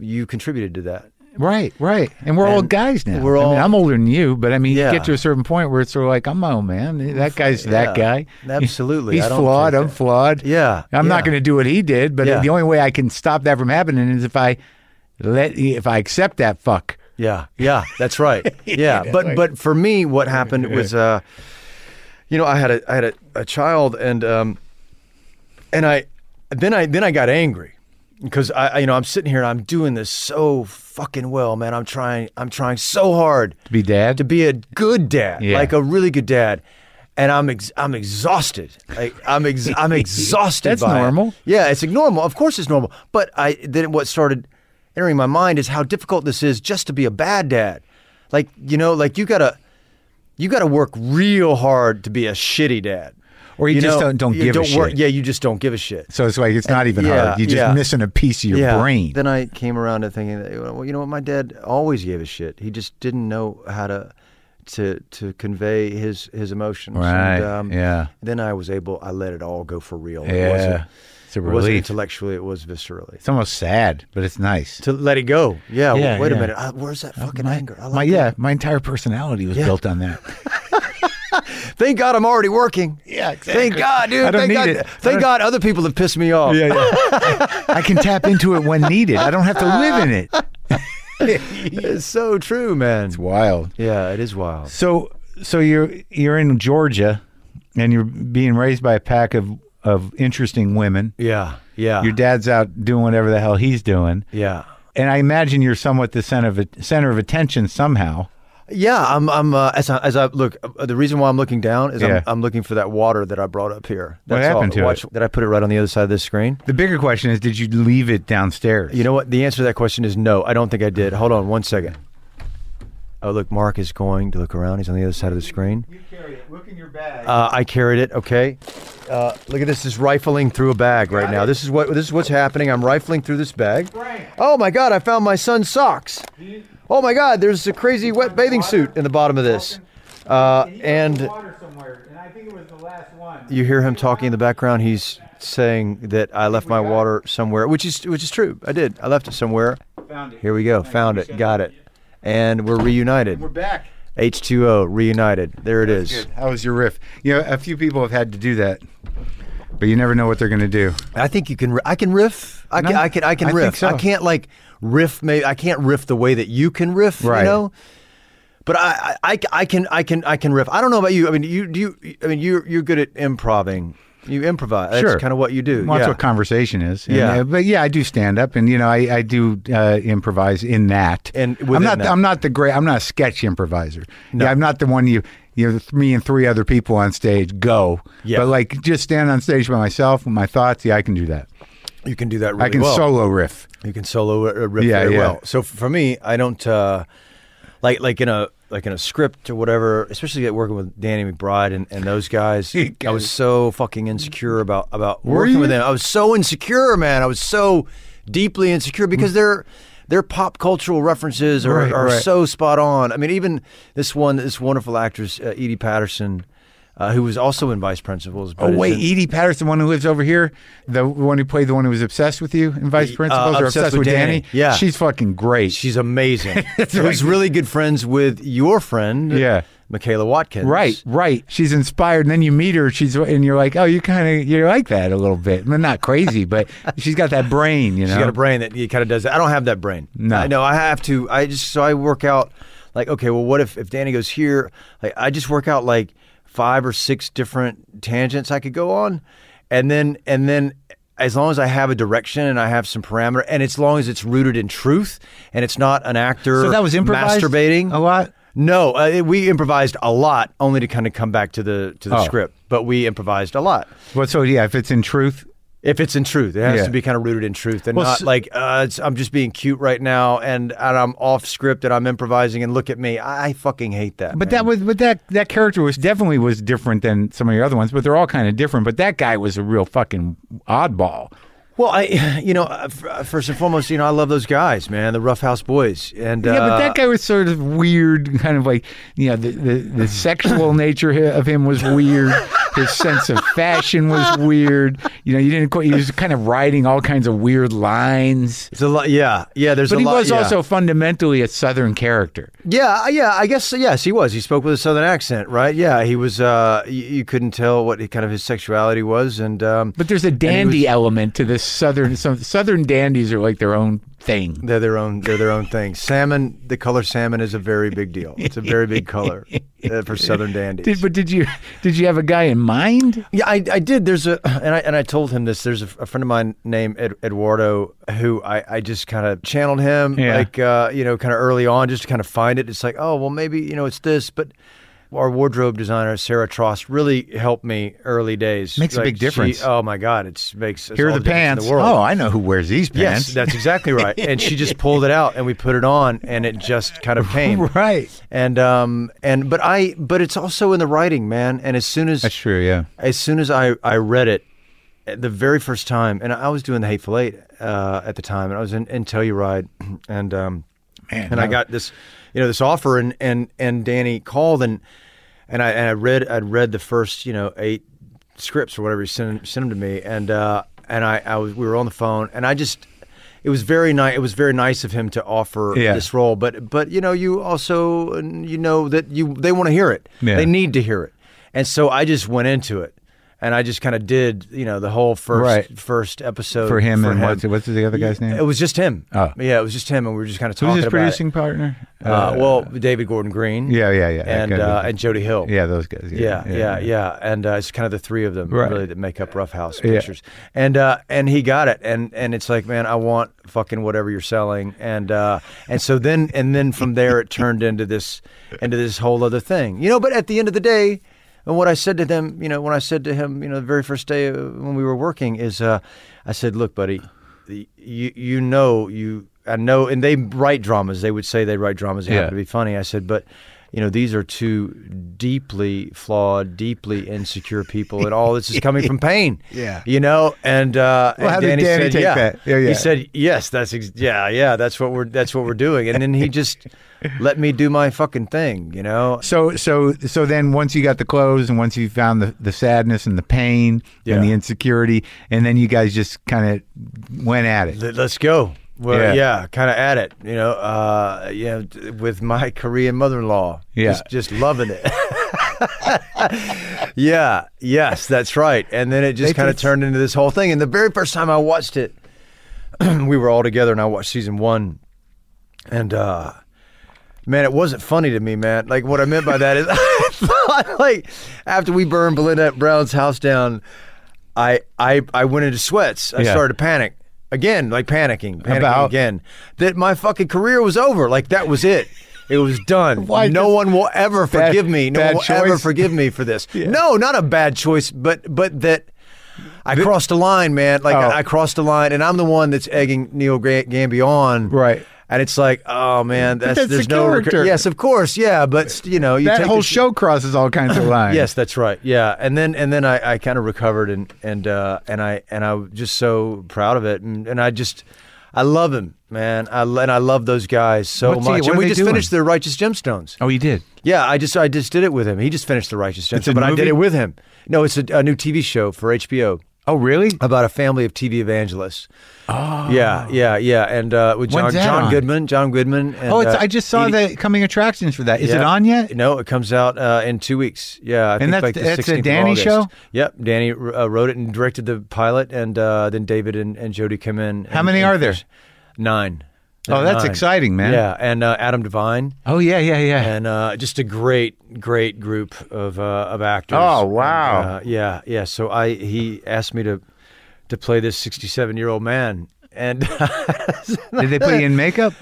C: you contributed to that.
D: Right, right. And we're all
C: And
D: guys now.
C: we're
D: I mean,
C: all-
D: I'm older than you, but I mean,
C: Yeah.
D: you get to a certain point where it's sort of like, I'm my own man. That guy's that
C: Yeah,
D: guy.
C: absolutely.
D: He's
C: I don't
D: flawed.
C: think
D: I'm
C: that-
D: flawed.
C: Yeah,
D: I'm
C: yeah.
D: not going to do what he did, but
C: Yeah.
D: the only way I can stop that from happening is if I let if I accept that fuck.
C: Yeah, yeah, that's right. Yeah, but but for me, what happened was, uh, you know, I had a I had a, a child, and um, and I then I then I got angry because I, I you know I'm sitting here and I'm doing this so fucking well, man. I'm trying I'm trying so hard
D: To be dad?
C: to be a good dad,
D: Yeah.
C: like a really good dad. And I'm ex- I'm exhausted. Like I'm ex- I'm exhausted.
D: That's
C: by it.
D: normal.
C: Yeah, it's normal. Of course, it's normal. But I then what started entering my mind is how difficult this is just to be a bad dad. Like you know, like you gotta you gotta work real hard to be a shitty dad.
D: Or you just don't- don't
C: you
D: give a shit.
C: Yeah, you just don't give a shit.
D: So it's like it's not even
C: yeah,
D: hard. You're just
C: yeah.
D: missing a piece of your brain.
C: Then I came around to thinking, that, well, you know what? My dad always gave a shit. He just didn't know how to to to convey his his emotions. um,
D: Right, yeah.
C: Then I was able. I let it all go for real. It wasn't,
D: yeah, it's a
C: it wasn't
D: relief.
C: intellectually. It was viscerally.
D: It's almost sad, but it's nice.
C: To let it go. Yeah.
D: Yeah,
C: wait a
D: yeah. Uh,
C: minute. I, where's that fucking anger? I
D: My
C: like
D: yeah, my entire personality was
C: Yeah.
D: built on that.
C: that. Thank God I'm already working.
D: Yeah,
C: Thank God, dude.
D: I don't
C: thank
D: need
C: God.
D: it. I
C: Thank
D: don't-
C: God other people have pissed me off.
D: yeah. I can tap into it when needed. I don't have to live in it.
C: It's so true, man.
D: Wild.
C: Yeah, it is wild.
D: So so you're you're in Georgia and you're being raised by a pack of of interesting women.
C: Yeah. Yeah.
D: Your dad's out doing whatever the hell he's doing.
C: yeah.
D: And I imagine you're somewhat the center of center of attention somehow.
C: Yeah, I'm. I'm uh, as I, as I look. Uh, the reason why I'm looking down is
D: Yeah.
C: I'm, I'm looking for that water that I brought up here.
D: What
C: That's
D: happened
C: all.
D: to
C: Watch, Did I put it right on the other side of this screen?
D: The bigger question is did you leave it downstairs?
C: You know what? The answer to that question is no. I don't think I did. Hold on one second. Oh, look, Mark is going to look around. He's on the other side of the screen.
D: You carry it. Look in your bag.
C: Uh, I carried it. Okay. Uh, look at this. Is rifling through a bag right now. This is what this is what's happening. I'm rifling through this bag. Oh my God! I found my son's socks. Oh my God! There's a crazy wet bathing suit in the bottom of this. Uh, and
D: somewhere, and I think it was the last one.
C: you hear him talking in the background. He's saying that I left my water somewhere, which is which is true. I did. I left it somewhere.
D: Found it.
C: Here we go. Found it. Got it. And we're reunited.
D: back.
C: H2O reunited. There it is.
D: Good. How was your riff? You know, a few people have had to do that, but you never know what they're going to do.
C: I think you can. ri- I can riff. I can.
D: No,
C: I can. I can
D: I think
C: riff. I
D: so.
C: can't like riff. Maybe I can't riff the way that you can riff.
D: Right.
C: You know. But I, I, I- I can I can I can riff. I don't know about you. I mean, you do you. I mean, you're you're good at improvising. You improvise. That's
D: Sure.
C: kind of what you do.
D: Well,
C: yeah.
D: That's what conversation is. And,
C: Yeah.
D: uh, but yeah, I do stand up, and you know, I, I do uh, improvise in that.
C: And
D: I'm
C: within
D: not,
C: that.
D: I'm not the great. I'm not a sketch improviser. Yeah, I'm not the one you, you know, th- me and three other people on stage go.
C: Yeah.
D: But like, just stand on stage by myself with my thoughts. Yeah, I can do that.
C: you can do that really
D: I can
C: well.
D: solo riff.
C: You can solo a a riff
D: Yeah,
C: very
D: yeah.
C: well. So f- for me, I don't uh, like like in a like in a script or whatever. Especially at working with Danny McBride and, and those guys, I was so fucking insecure about about working with
D: you?
C: them. I was so insecure, man. I was so deeply insecure because their Their pop cultural references are,
D: Mm. Right,
C: are
D: right.
C: so spot on. I mean, even this one, this wonderful actress uh, Edie Patterson, uh, who was also in Vice Principals. but
D: Oh
C: is
D: wait,
C: in-
D: Edie Patterson, the one who lives over here, the one who played the one who was obsessed with you in Vice Principals, or
C: uh, Obsessed
D: obsessed
C: with
D: with Danny.
C: Danny. Yeah.
D: she's fucking great.
C: She's amazing. She
D: right.
C: was really good friends with your friend,
D: Yeah.
C: Michaela Watkins.
D: Right, right. She's inspired, and then you meet her. She's and you're like, oh, you kind of you're like that a little bit. Well, not crazy, but she's got that brain. You know,
C: She's got a brain that kind of does that. I don't have that brain.
D: No.
C: I know. I have to. I just so I work out like okay, well, what if if Danny goes here? Like I just work out like five or six different tangents I could go on, and then and then as long as I have a direction and I have some parameter, and as long as it's rooted in truth and it's not an actor.
D: So that was improvised Oh,
C: masturbating
D: a lot?
C: No, uh, it- we improvised a lot, only to kind of come back to the to the
D: Oh.
C: script. But we improvised a lot.
D: Well, so yeah, if it's in truth,
C: If it's in truth, it has
D: Yeah.
C: to be kind of rooted in truth and
D: Well,
C: not
D: s-
C: like uh, it's, I'm just being cute right now and, and I'm off script and I'm improvising and look at me. I, I fucking hate that. man.
D: but that was but that that character was definitely was different than some of your other ones. But they're all kind of different. But that guy was a real fucking oddball.
C: well, I you know uh, f- uh, first and foremost, you know I love those guys, man, the Rough House Boys, and
D: Yeah, but
C: uh,
D: that guy was sort of weird, kind of like you know the the, the sexual nature hi- of him was weird. His sense of fashion was weird. You know, you didn't. Quite, he was kind of writing all kinds of weird lines.
C: It's a lot, yeah, yeah. There's
D: But
C: a
D: he
C: lot.
D: was
C: yeah.
D: also fundamentally a Southern character.
C: yeah, uh, yeah. I guess yes, he was. He spoke with a southern accent, right? Yeah, he was. Uh, you, you couldn't tell what he- kind of his sexuality was, and um,
D: But there's a dandy element to this Southern. Some Southern dandies are like their own thing.
C: They're their own. They're their own thing. Salmon. The color salmon is a very big deal. It's a very big color uh, for Southern dandies.
D: Did, but did you did you have a guy in mind?
C: yeah, I, I did. There's a and I and I told him this. There's a, a friend of mine named Ed, Eduardo who I, I just kind of channeled him
D: Yeah.
C: like uh, you know kind of early on just to kind of find it. It's like oh well maybe you know it's this, but our wardrobe designer Sarah Trost really helped me early days.
D: Makes a
C: Like,
D: big difference.
C: She, oh my God, it's makes it's
D: Here
C: all
D: are the
C: difference
D: pants.
C: In the world.
D: oh, I know who wears these pants.
C: Yes, that's exactly right. and she just pulled it out, and we put it on, and it just kind of came
D: Right.
C: And um and but I but it's also in the writing, man. And as soon as
D: That's true. Yeah.
C: as soon as I I read it uh, the very first time, and I was doing the Hateful Eight uh, at the time, and I was in, in Telluride, and um
D: Man,
C: and I
D: that-
C: got this you know this offer, and and and Danny called and and I and I read I'd read the first you know eight scripts or whatever he sent sent them to me, and uh, and I, I was we were on the phone, and I just it was very nice. It was very nice of him to offer
D: Yeah.
C: this role, but but you know you also you know that you they want to hear it,
D: Yeah.
C: they need to hear it, and so I just went into it. And I just kind of did, you know, the whole first
D: Right.
C: first episode
D: For him and what's- what's the other guy's name?
C: It was just him.
D: Oh.
C: yeah, it was just him, and we were just kind of talking
D: Who's his
C: about it.
D: producing partner?
C: Uh, well, David Gordon Green.
D: Yeah, yeah, yeah.
C: And
D: Okay.
C: uh, and Jody Hill.
D: yeah, those guys.
C: Yeah, yeah, yeah, and uh, it's kind of the three of them
D: Right.
C: really that make up Rough House
D: Yeah.
C: Pictures, and uh, and he got it, and and it's like, man, I want fucking whatever you're selling, and uh, and so then and then from there it turned into this into this whole other thing, you know. But at the end of the day, and what I said to them, you know, when I said to him, you know, the very first day uh, when we were working is, uh, I said, look, buddy, the- you you know you. I know, and they write dramas. They would say they write dramas. They
D: Yeah.
C: happen to be funny. I said, but you know, these are two deeply flawed, deeply insecure people, and all this is coming from pain.
D: Yeah.
C: you know, and, uh,
D: Well,
C: and
D: how did
C: Danny,
D: Danny
C: said,
D: take
C: yeah.
D: that? Yeah, yeah.
C: He said, yes, that's ex- yeah, yeah, that's what we're that's what we're doing, and then he just let me do my fucking thing, you know.
D: So so so then once you got the clothes and once you found the, the sadness and the pain
C: Yeah.
D: and the insecurity and then you guys just kind of went at it.
C: Let- Let's go. Well,
D: Yeah.
C: yeah, kind of at it, you know. Uh, yeah, d- with my Korean mother-in-law,
D: Yeah.
C: just, just loving it. yeah, yes, that's right. And then it
D: They
C: just kind of
D: just-
C: turned into this whole thing. And the very first time I watched it, we were all together, and I watched season one, and uh, man, it wasn't funny to me, man. Like what I meant by that is, I thought, like after we burned Belinda Brown's house down. I I I went into sweats. I
D: Yeah.
C: started to panic again, like panicking, panicking
A: About?
C: again. That my fucking career was over. Like that was it. It was done.
A: Why?
C: no
A: Just
C: one will ever
A: bad-
C: forgive me. No one
A: bad
C: will ever
A: choice?
C: forgive me for this. No, not a bad choice, but but that I crossed a line, man.
A: Oh.
C: Like I, I crossed a line, and I'm the one that's egging Neil Ga- Gambi on,
A: Right.
C: And it's like, oh man, that's,
A: that's
C: there's
A: the
C: no
A: character.
C: yes, of course, yeah, but st- you know, you
A: that
C: take
A: whole
C: the-
A: show crosses all kinds of lines.
C: Yes, that's right. Yeah, and then and then I, I kind of recovered and and uh, and I and I was just so proud of it, and, and I just I love him, man. I lo- and I love those guys so
D: What's he-
C: much.
D: what
C: and
D: are
C: we
D: they
C: just
D: doing?
C: finished the Righteous Gemstones.
D: Oh, you did.
C: Yeah, I just I just did it with him. He just finished the Righteous
A: a
C: Gemstones, but I did
A: movie?
C: it with him. No, it's a, a new TV show for HBO
D: Oh, really?
C: about a family of TV evangelists. Oh, yeah, yeah, yeah, and uh, with John,
D: When's that
C: John
D: on?
C: Goodman, John Goodman. And,
D: oh, it's,
C: uh,
D: I just saw
C: Edie-
D: the coming attractions for that. Is it
C: yeah.
D: on yet?
C: No, it comes out uh, in two weeks. Yeah, I think
D: that's-
C: like the
D: that's a
C: 16th of
D: Danny
C: August.
D: show?
C: Yep, Danny uh, wrote it and directed the pilot, and uh, then David and, and Jody come in.
D: How
C: and-
D: many
C: and
D: are there?
C: finish. Nine.
D: Oh, that's
C: Nine.
D: exciting, man.
C: Yeah, and uh, Adam Devine,
D: Oh, yeah, yeah, yeah.
C: and uh, just a great, great group of uh, of actors.
A: Oh, wow.
C: And, uh, yeah, yeah. So I he asked me to to play this sixty seven year old man, and
D: Did they put you in makeup?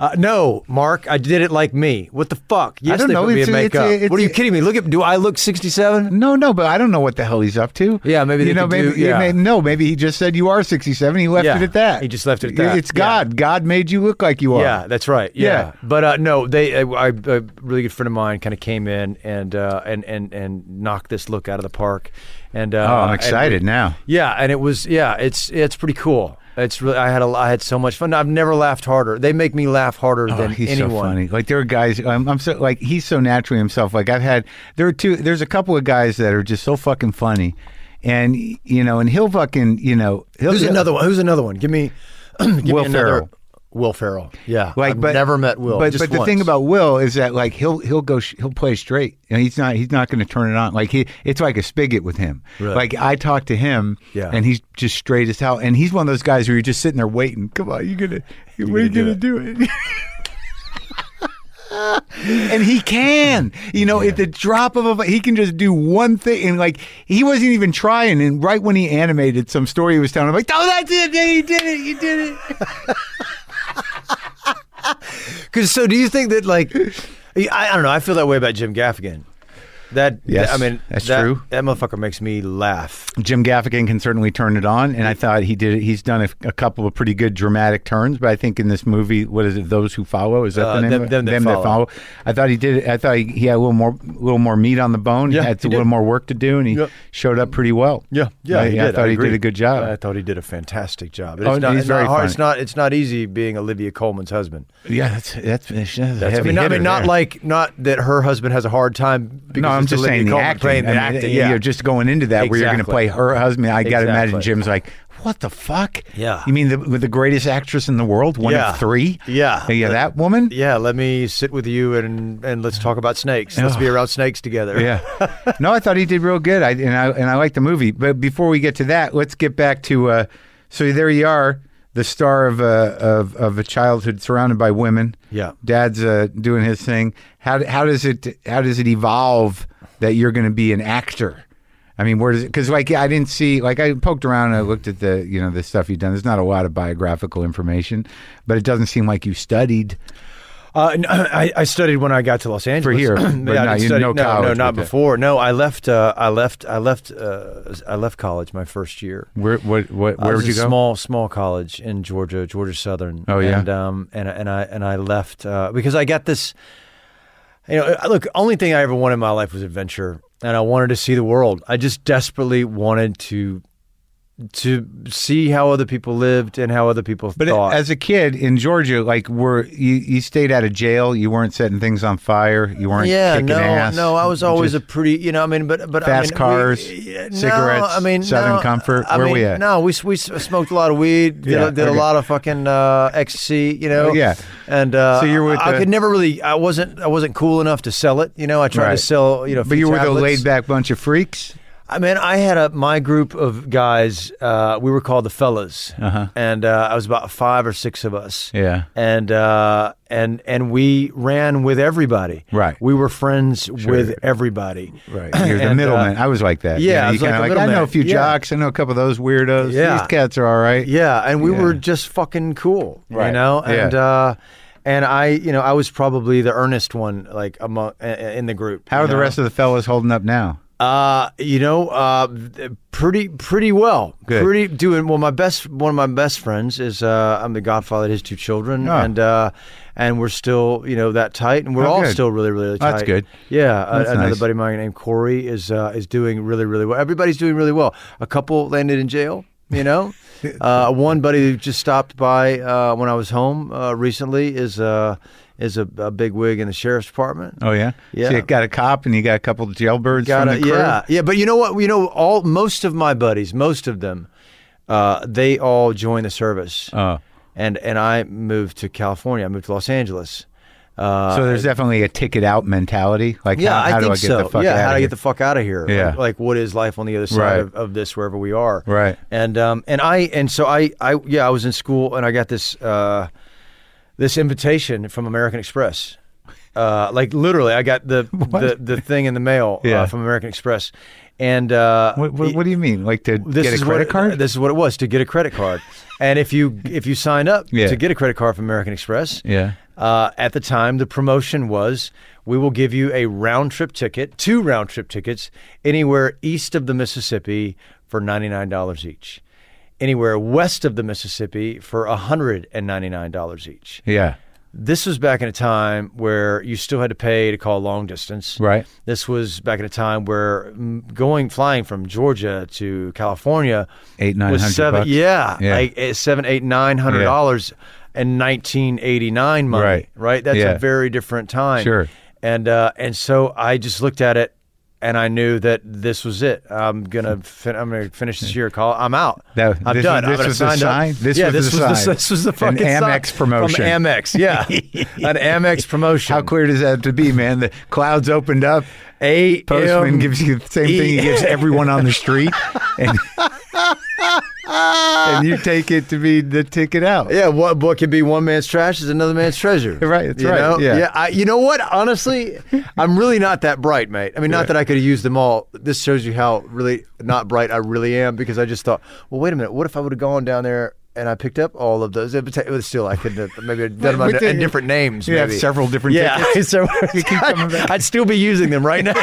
C: Uh, no, Mark, I did it like me. What the fuck? Yes,
D: don't
C: they
D: know.
C: put me
D: It's
C: in
D: a- it's
C: makeup.
D: a- it's
C: what are you
D: a-
C: kidding me? Look at do I look 67?
D: No, no, but I don't know what the hell he's up to.
C: Yeah, maybe
D: you
C: they
D: know,
C: could
D: maybe
C: do- yeah.
D: no, maybe he just said you are sixty-seven. He left
C: Yeah,
D: it at that.
C: he just left it at that.
D: It's
C: Yeah.
D: God. God made you look like you are.
C: Yeah, that's right. Yeah,
D: Yeah.
C: but uh, no, they I, I, a really good friend of mine kind of came in and uh, and and and knocked this look out of the park. And uh,
D: Oh, I'm
C: and-
D: excited now.
C: yeah, and it was yeah, it's it's pretty cool. It's really I had a I had so much fun. I've never laughed harder. They make me laugh harder
D: Oh,
C: than
D: he's
C: anyone.
D: so funny. Like there are guys. I'm, I'm so like he's so naturally himself. Like I've had there are two. There's a couple of guys that are just so fucking funny, and you know, and he'll fucking you know he'll,
C: Who's
D: he'll-
C: another one? Who's another one? Give me, give
D: Will
C: me another-
D: Ferrell.
C: Will Ferrell. Yeah,
D: Like,
C: I've
D: but
C: never met Will.
D: But,
C: just
D: but the
C: once.
D: thing about Will is that like he'll he'll go sh- he'll play straight, and he's not he's not going to turn it on. Like he, it's like a spigot with him.
C: Right.
D: Like I talk to him,
C: Yeah.
D: and he's just straight as hell. And he's one of those guys where you're just sitting there waiting. Come on, you're gonna, when are you gonna do it? and he can, you know, at the drop of a, he can just do one thing, and like he wasn't even trying. And right when he animated some story he was telling, I'm like, oh, that's it, yeah, you did it, you did it.
C: Cause so do you think that like I, I don't know I feel that way about Jim Gaffigan. That
D: Yes,
C: I mean
D: that's
C: that-
D: true.
C: That motherfucker makes me laugh.
D: Jim Gaffigan can certainly turn it on, and I thought he did. it. He's done a, a couple of pretty good dramatic turns, but I think in this movie, what is it? Those who follow is that
C: Uh,
D: the name?
C: Them-
D: of it?
C: Them That Follow.
D: I thought he did. I thought he, he had a little more, little more meat on the bone.
C: Yeah,
D: he had
C: he
D: a little
C: did.
D: more work to do, and he
C: Yep.
D: showed up pretty well. I, I thought he did
C: agree.
D: a good job.
C: I thought he did a fantastic job.
D: Oh,
C: It's not,
D: he's
C: it's not
D: very
C: hard.
D: funny.
C: It's not. It's not easy being Olivia Coleman's husband.
D: yeah, that's that's, that's, that's a
C: That's, I
D: heavy
C: mean, not, I
D: hitter
C: mean, not
D: there.
C: like not that her husband has a hard time. Because
D: no, I'm
C: it's
D: just
C: Olivia
D: saying the
C: Colman
D: acting.
C: playing the
D: I mean,
C: acting.
D: you
C: Yeah,
D: know, just going into that where you're going to
C: Exactly.
D: play her husband. I got to imagine
C: Exactly.
D: Jim's like, what the fuck?
C: Yeah.
D: you mean the with the greatest actress in the world, one
C: Yeah.
D: of three?
C: Yeah.
D: yeah, that woman.
C: yeah. Let me sit with you and and let's talk about snakes. Let's
D: Ugh.
C: be around snakes together.
D: Yeah. No, I thought he did real good. I and I and I like the movie. But before we get to that, let's get back to uh, so there you are, the star of a of, of a childhood surrounded by women.
C: Yeah.
D: Dad's uh, doing his thing. How how does it how does it evolve that you're going to be an actor? I mean, where does it? Because like I didn't see like I poked around and I looked at the you know the stuff you've done. There's not a lot of biographical information, but it doesn't seem like you studied.
C: Uh, no, I, I studied when I got to Los Angeles
D: here, but
C: Yeah,
D: no,
C: I didn't
D: you-
C: study-
D: no
C: no,
D: college
C: not
D: with it.
C: before. No, I left. Uh, I left. I left. Uh, I left college my first year.
D: Where what what
C: I
D: where
C: was
D: would you
C: a
D: go?
C: Small, small college in Georgia, Georgia Southern.
D: Oh, yeah.
C: and um, and and I and I left uh, because I got this. You know, uh, look, only thing I ever wanted in my life was adventure, and I wanted to see the world. I just desperately wanted to to see how other people lived and how other people
D: But
C: thought.
D: as a kid in Georgia, like were you, you stayed out of jail, you weren't setting things on fire, you weren't
C: Yeah,
D: kicking
C: no,
D: ass.
C: no. I was
D: You
C: always
D: just-
C: a pretty, you know. I mean, but but I
D: Fast
C: mean,
D: cars,
C: we- yeah,
D: cigarettes,
C: No, I mean,
D: Southern
C: no,
D: Comfort.
C: I
D: Where
C: mean,
D: we at?
C: No, we we smoked a lot of weed. Did,
D: Yeah,
C: did
D: okay.
C: a lot of fucking uh, ecstasy, you know.
D: Oh, yeah.
C: And uh,
D: So you're with
C: I,
D: the-
C: I could never really. I wasn't. I wasn't cool enough to sell it. You know. I tried to
D: Right.
C: sell. You know. a
D: but
C: few
D: you were the
C: tablets.
D: laid back bunch of freaks.
C: I mean, I had a my group of guys. Uh, we were called the Fellas, and uh, I was about five or six of us.
D: Uh-huh. Yeah.
C: and uh, and and we ran with everybody.
D: Right.
C: we were friends with everybody.
D: Right. You're the
C: And, uh,
D: middleman. I was like that. You
C: yeah, I
D: know, you
C: was like
D: kinda
C: the
D: I know
C: middleman.
D: a few
C: Yeah.
D: jocks. I know a couple of those weirdos.
C: Yeah.
D: These cats are all right.
C: Yeah, and we were just fucking cool, you
D: Right.
C: know.
D: Yeah.
C: And uh, and I, you know, I was probably the earnest one, like among uh, in the group.
D: How are the rest of the fellas holding up now?
C: Uh, you know, uh, th- pretty pretty well.
D: Good.
C: Pretty doing well. My best one of my best friends is uh, I'm the godfather of his two children,
D: Oh.
C: and uh, and we're still you know that tight, and we're
D: Oh,
C: all
D: good.
C: still really really tight.
D: That's good.
C: Yeah, uh,
D: That's
C: another
D: nice.
C: buddy of mine named Corey is uh, is doing really really well. Everybody's doing really well. A couple landed in jail. You know, uh, one buddy who just stopped by uh, when I was home uh, recently is uh, is a, a big wig in the sheriff's department.
D: Oh yeah.
C: Yeah.
D: So you got a cop and you got a couple of jailbirds
C: Got
D: from
C: it.
D: the crew.
C: Yeah, yeah. But you know what? You know, all most of my buddies, most of them, uh, they all joined the service,
D: Oh.
C: and and I moved to California. I moved to Los Angeles. Uh,
D: So there's definitely a ticket out mentality. Like
C: yeah,
D: how, how
C: I
D: do
C: think
D: I get
C: so.
D: the fuck
C: yeah,
D: out
C: how
D: of
C: do I
D: here?
C: get the fuck out of here?
D: Yeah.
C: Like, like, what is life on the other side
D: Right.
C: of, of this, wherever we are?
D: Right.
C: And um and I and so I I yeah I was in school and I got this uh this invitation from American Express. Uh, like literally, I got the the, the thing in the mail uh,
D: Yeah.
C: from American Express, and uh,
D: what, what, what do you mean? Like to
C: this
D: get a
C: is uh,
D: credit
C: what,
D: card?
C: This is what it was to get a credit card. and if you if you sign up
D: Yeah.
C: to get a credit card from American Express,
D: Yeah.
C: uh, at the time the promotion was we will give you a round trip ticket, two round trip tickets anywhere east of the Mississippi for ninety nine dollars each. Anywhere west of the Mississippi for $199 each.
D: yeah.
C: This was back in a time where you still had to pay to call long distance.
D: Right.
C: This was back in a time where mm, going flying from Georgia to California
D: Eight, nine
C: was
D: hundred
C: seven,
D: bucks.
C: yeah,
D: Yeah.
C: like eh, seven, eight, nine hundred
D: Yeah.
C: dollars in nineteen eighty nine money,
D: Right.
C: That's
D: Yeah.
C: a very different time,
D: Sure.
C: And uh, and so I just looked at it, and I knew that this was it. I'm gonna fin- I'm gonna finish this year. Call. I'm out.
D: That-
C: I'm
D: this
C: done.
D: was-
C: I'm
D: this
C: gonna
D: was the
C: sign up.
D: sign? This
C: yeah,
D: was
C: this
D: the
C: was the
D: sign.
C: this was the
D: An
C: fucking sign.
D: Amex promotion.
C: From Amex, yeah, an Amex promotion.
D: How clear does that have to be, man? The clouds opened up.
C: A
D: Postman
C: M-
D: gives you the same thing he
C: E-
D: gives everyone on the street. And, and you take it to be the ticket out.
C: Yeah, what what can be one man's trash is another man's treasure.
D: Right, that's
C: You
D: right,
C: know?
D: yeah.
C: I, you know what? Honestly, I'm really not that bright, mate. I mean, not that I could have used them all. This shows you how really not bright I really am because I just thought, well, wait a minute, what if I would have gone down there and I picked up all of those? But still, I could have maybe I'd done them
D: But
C: under,
D: then-
C: and different names.
D: You have
C: maybe.
D: several different
C: yeah,
D: tickets.
C: so
D: keep coming back.
C: I'd still be using them right now.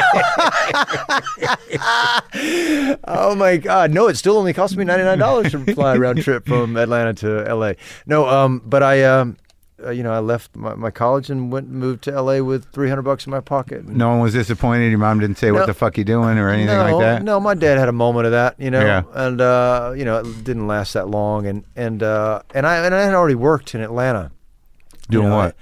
C: Oh my God! No, it still only cost me ninety nine dollars to fly round trip from Atlanta to L.A. No, um, but I, um, uh, you know, I left my, my college and went and moved to L.A. with three hundred bucks in my pocket.
D: No one was disappointed. Your mom didn't say
C: No.
D: what the fuck you doing or anything
C: no,
D: like that.
C: no, my dad had a moment of that, you know,
D: Yeah.
C: and uh, you know, it didn't last that long, and and uh, and I and I had already worked in Atlanta
D: Doing
C: You know,
D: what?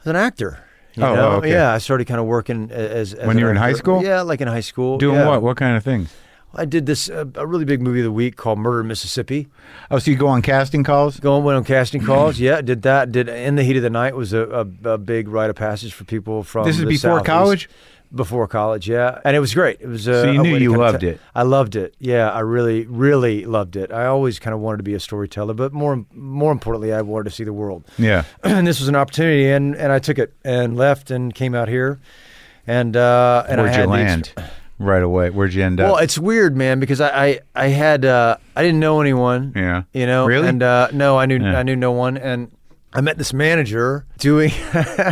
C: as an actor. You
D: Oh,
C: know?
D: oh, okay.
C: yeah, I started kind of working as, as
D: When
C: an
D: you were in high
C: actor.
D: school?
C: Yeah, like in high school.
D: Doing
C: yeah.
D: what? What kind of things?
C: I did this uh, a really big movie of the week called Murder in Mississippi.
D: Oh, so you go on casting calls?
C: Going went on casting calls.
D: Mm.
C: Yeah, did that. Did in the heat of the night was a, a, a big rite of passage for people from.
D: This is
C: the
D: before
C: Southeast.
D: college?
C: Before college, yeah, and it was great. It was. Uh,
D: So you
C: a
D: knew
C: way to
D: you
C: kinda
D: loved
C: ta-
D: it.
C: I loved it. Yeah, I really, really loved it. I always kind of wanted to be a storyteller, but more, more importantly, I wanted to see the world.
D: Yeah.
C: and this was an opportunity, and and I took it and left and came out here, and uh, and I
D: Where'd
C: had
D: you
C: the ex-
D: land? Right away. Where'd you end up?
C: well, it's weird, man, because I I, I had uh, I didn't know anyone.
D: Yeah.
C: You know.
D: Really?
C: And uh, no, I knew
D: Yeah.
C: I knew no one, and I met this manager doing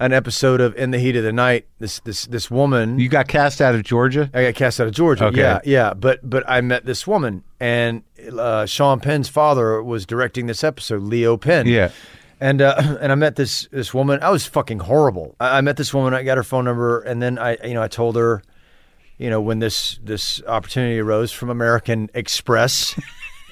C: an episode of In the Heat of the Night. This this this woman.
D: you got cast out of Georgia?
C: I got cast out of Georgia.
D: Okay.
C: Yeah, yeah. But but I met this woman, and uh, Sean Penn's father was directing this episode, Leo Penn.
D: Yeah.
C: And uh, and I met this this woman. I was fucking horrible. I, I met this woman. I got her phone number, and then I you know I told her, you know, when this this opportunity arose from American Express,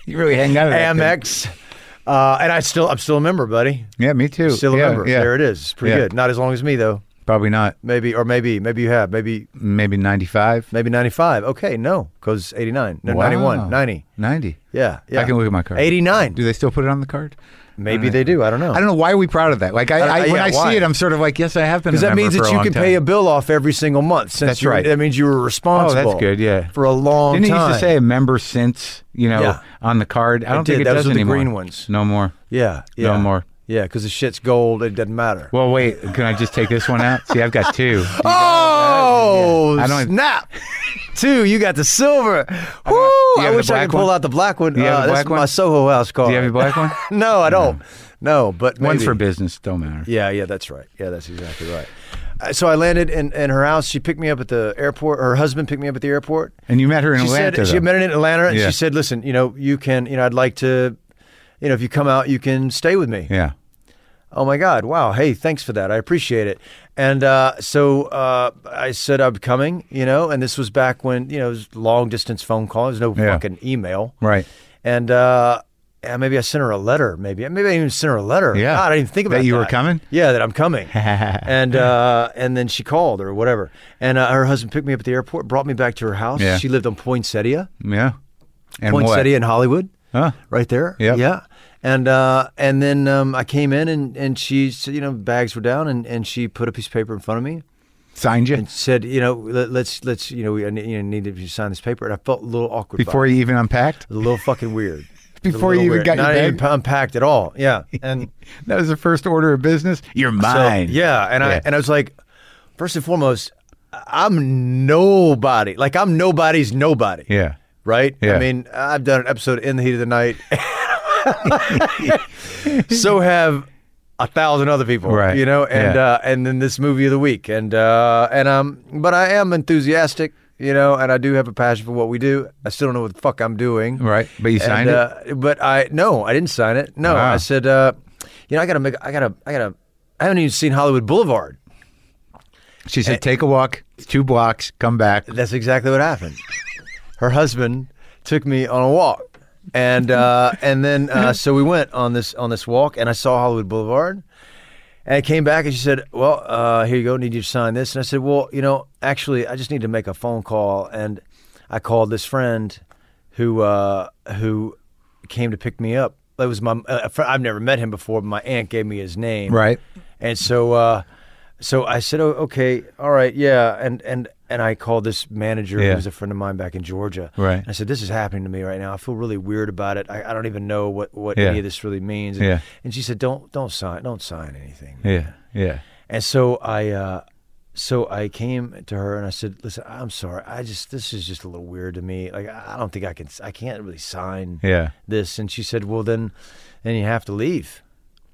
D: You really hang out at that thing.
C: Amex. Uh, and I still, I'm still a member, buddy.
D: Yeah, me too.
C: Still a
D: yeah,
C: member.
D: Yeah.
C: There it is. It's pretty
D: Yeah.
C: good. Not as long as me though.
D: Probably not.
C: Maybe, or maybe, maybe you have. Maybe
D: Maybe 95.
C: Maybe 95. Okay, no, because 89. No, 91,
D: Wow.
C: 90.
D: 90.
C: Yeah, yeah.
D: I can look at my card.
C: 89.
D: Do they still put it on the card?
C: Maybe they do. I don't know.
A: I don't know why are we proud of that. Like I, I,
C: I-
A: when
C: Uh, yeah,
A: I
C: why?
A: see it, I'm sort of like, yes, I have been.
C: because
A: a
C: that
A: member
C: means
A: for
C: that
A: a
C: you
A: long
C: can
A: time.
C: pay a bill off every single month. Since
A: That's
C: you-
A: right.
C: That means you were responsible.
D: Oh, good, yeah.
C: For a long
D: Didn't
C: time.
D: it used to say a member since, you know,
C: Yeah.
D: on the card? I don't
C: did.
D: think it
C: Those
D: does
C: are the
D: anymore.
C: green ones.
D: No more.
C: Yeah.
D: No
C: Yeah.
D: more.
C: Yeah, because the shit's gold. It doesn't matter.
D: Well, wait. Can I just take this one out? See, I've got two.
C: Oh,
D: Yeah. I don't-
C: snap. Two, you got the silver. Woo!
D: you
C: I
D: have the
C: wish I
D: black
C: could pull
D: one?
C: out the black one.
D: you have
C: Uh,
D: the
C: that's
D: black one?
C: my Soho House car.
D: Do you have your black one?
C: no, I don't. No, but
D: One's
C: maybe.
D: for business. Don't matter.
C: Yeah, yeah, that's right. Yeah, that's exactly right. Uh, so I landed in, in her house. She picked me up at the airport. Her husband picked me up at the airport.
D: And you met her in
C: she
D: Atlanta.
C: said she
D: though.
C: had met her in Atlanta, and
D: Yeah.
C: she said, "Listen, you know, you can, you know, I'd like to, you know, if you come out, you can stay with me."
D: yeah.
C: Oh my God! Wow! Hey, thanks for that. I appreciate it. And uh, so uh, I said I'm coming, you know. And this was back when you know it was long distance phone call. There's no
D: Yeah.
C: fucking email,
D: Right.
C: And uh, yeah, maybe I sent her a letter. Maybe maybe I even sent her a letter.
D: Yeah.
C: God, I didn't even think
D: That
C: about
D: you were coming?
C: Yeah, that I'm coming. and uh, and then she called or whatever. And uh, her husband picked me up at the airport, brought me back to her house.
D: Yeah.
C: She lived on Poinsettia,
D: Yeah. And
C: Poinsettia in Hollywood
D: what? Huh?
C: right there.
D: Yep.
C: Yeah. And uh, and then um, I came in and, and she said, you know, bags were down and, and she put a piece of paper in front of me
D: Signed you
C: and said, you know, let, let's let's you know we I ne- you know, need to sign this paper and I felt a little awkward about
D: before
C: it.
D: you even unpacked.
C: It was a little fucking weird.
D: Before you even got your
C: not
D: bag?
C: even pa- unpacked at all. Yeah. And
D: That was the first order of business. You're
C: so,
D: mine.
C: yeah, and I
D: Yeah.
C: and I was like, first and foremost, I'm nobody. Like I'm nobody's nobody.
D: Yeah.
C: Right? I
D: Yeah.
C: mean, I've done an episode in the heat of the night. so have a thousand other people.
D: Right.
C: You know, and
D: Yeah.
C: uh, and then this movie of the week. And uh and um but I am enthusiastic, you know, and I do have a passion for what we do. I still don't know what the fuck I'm doing.
D: Right. But you
C: And,
D: signed it.
C: uh, But I no, I didn't sign it. No,
D: Wow.
C: I said, uh, you know, I gotta make, I gotta, I gotta, I haven't even seen Hollywood Boulevard.
D: She
C: Eh.
D: said, "Take a walk, two blocks, come back."
C: That's exactly what happened. Her husband took me on a walk, and uh, and then uh, so we went on this on this walk, and I saw Hollywood Boulevard, and I came back, and she said, "Well, uh, here you go. Need you to sign this." And I said, "Well, you know, actually, I just need to make a phone call," and I called this friend who uh, who came to pick me up. That was my uh, fr- I've never met him before, but my aunt gave me his name,
D: Right.
C: and so, uh, so I said, "Oh, okay, all right, yeah." And and and I called this manager,
D: Yeah.
C: who was a friend of mine back in Georgia.
D: Right.
C: I said, "This is happening to me right now. I feel really weird about it. I, I don't even know what what
D: Yeah.
C: any of this really means." And,
D: Yeah.
C: And she said, "Don't don't sign don't sign anything."
D: Yeah. Yeah.
C: And so I. Uh, so I came to her and I said, "Listen, I'm sorry. I just this is just a little weird to me. Like I I don't think I can. I can't really sign
D: Yeah.
C: this." And she said, "Well, then, then you have to leave."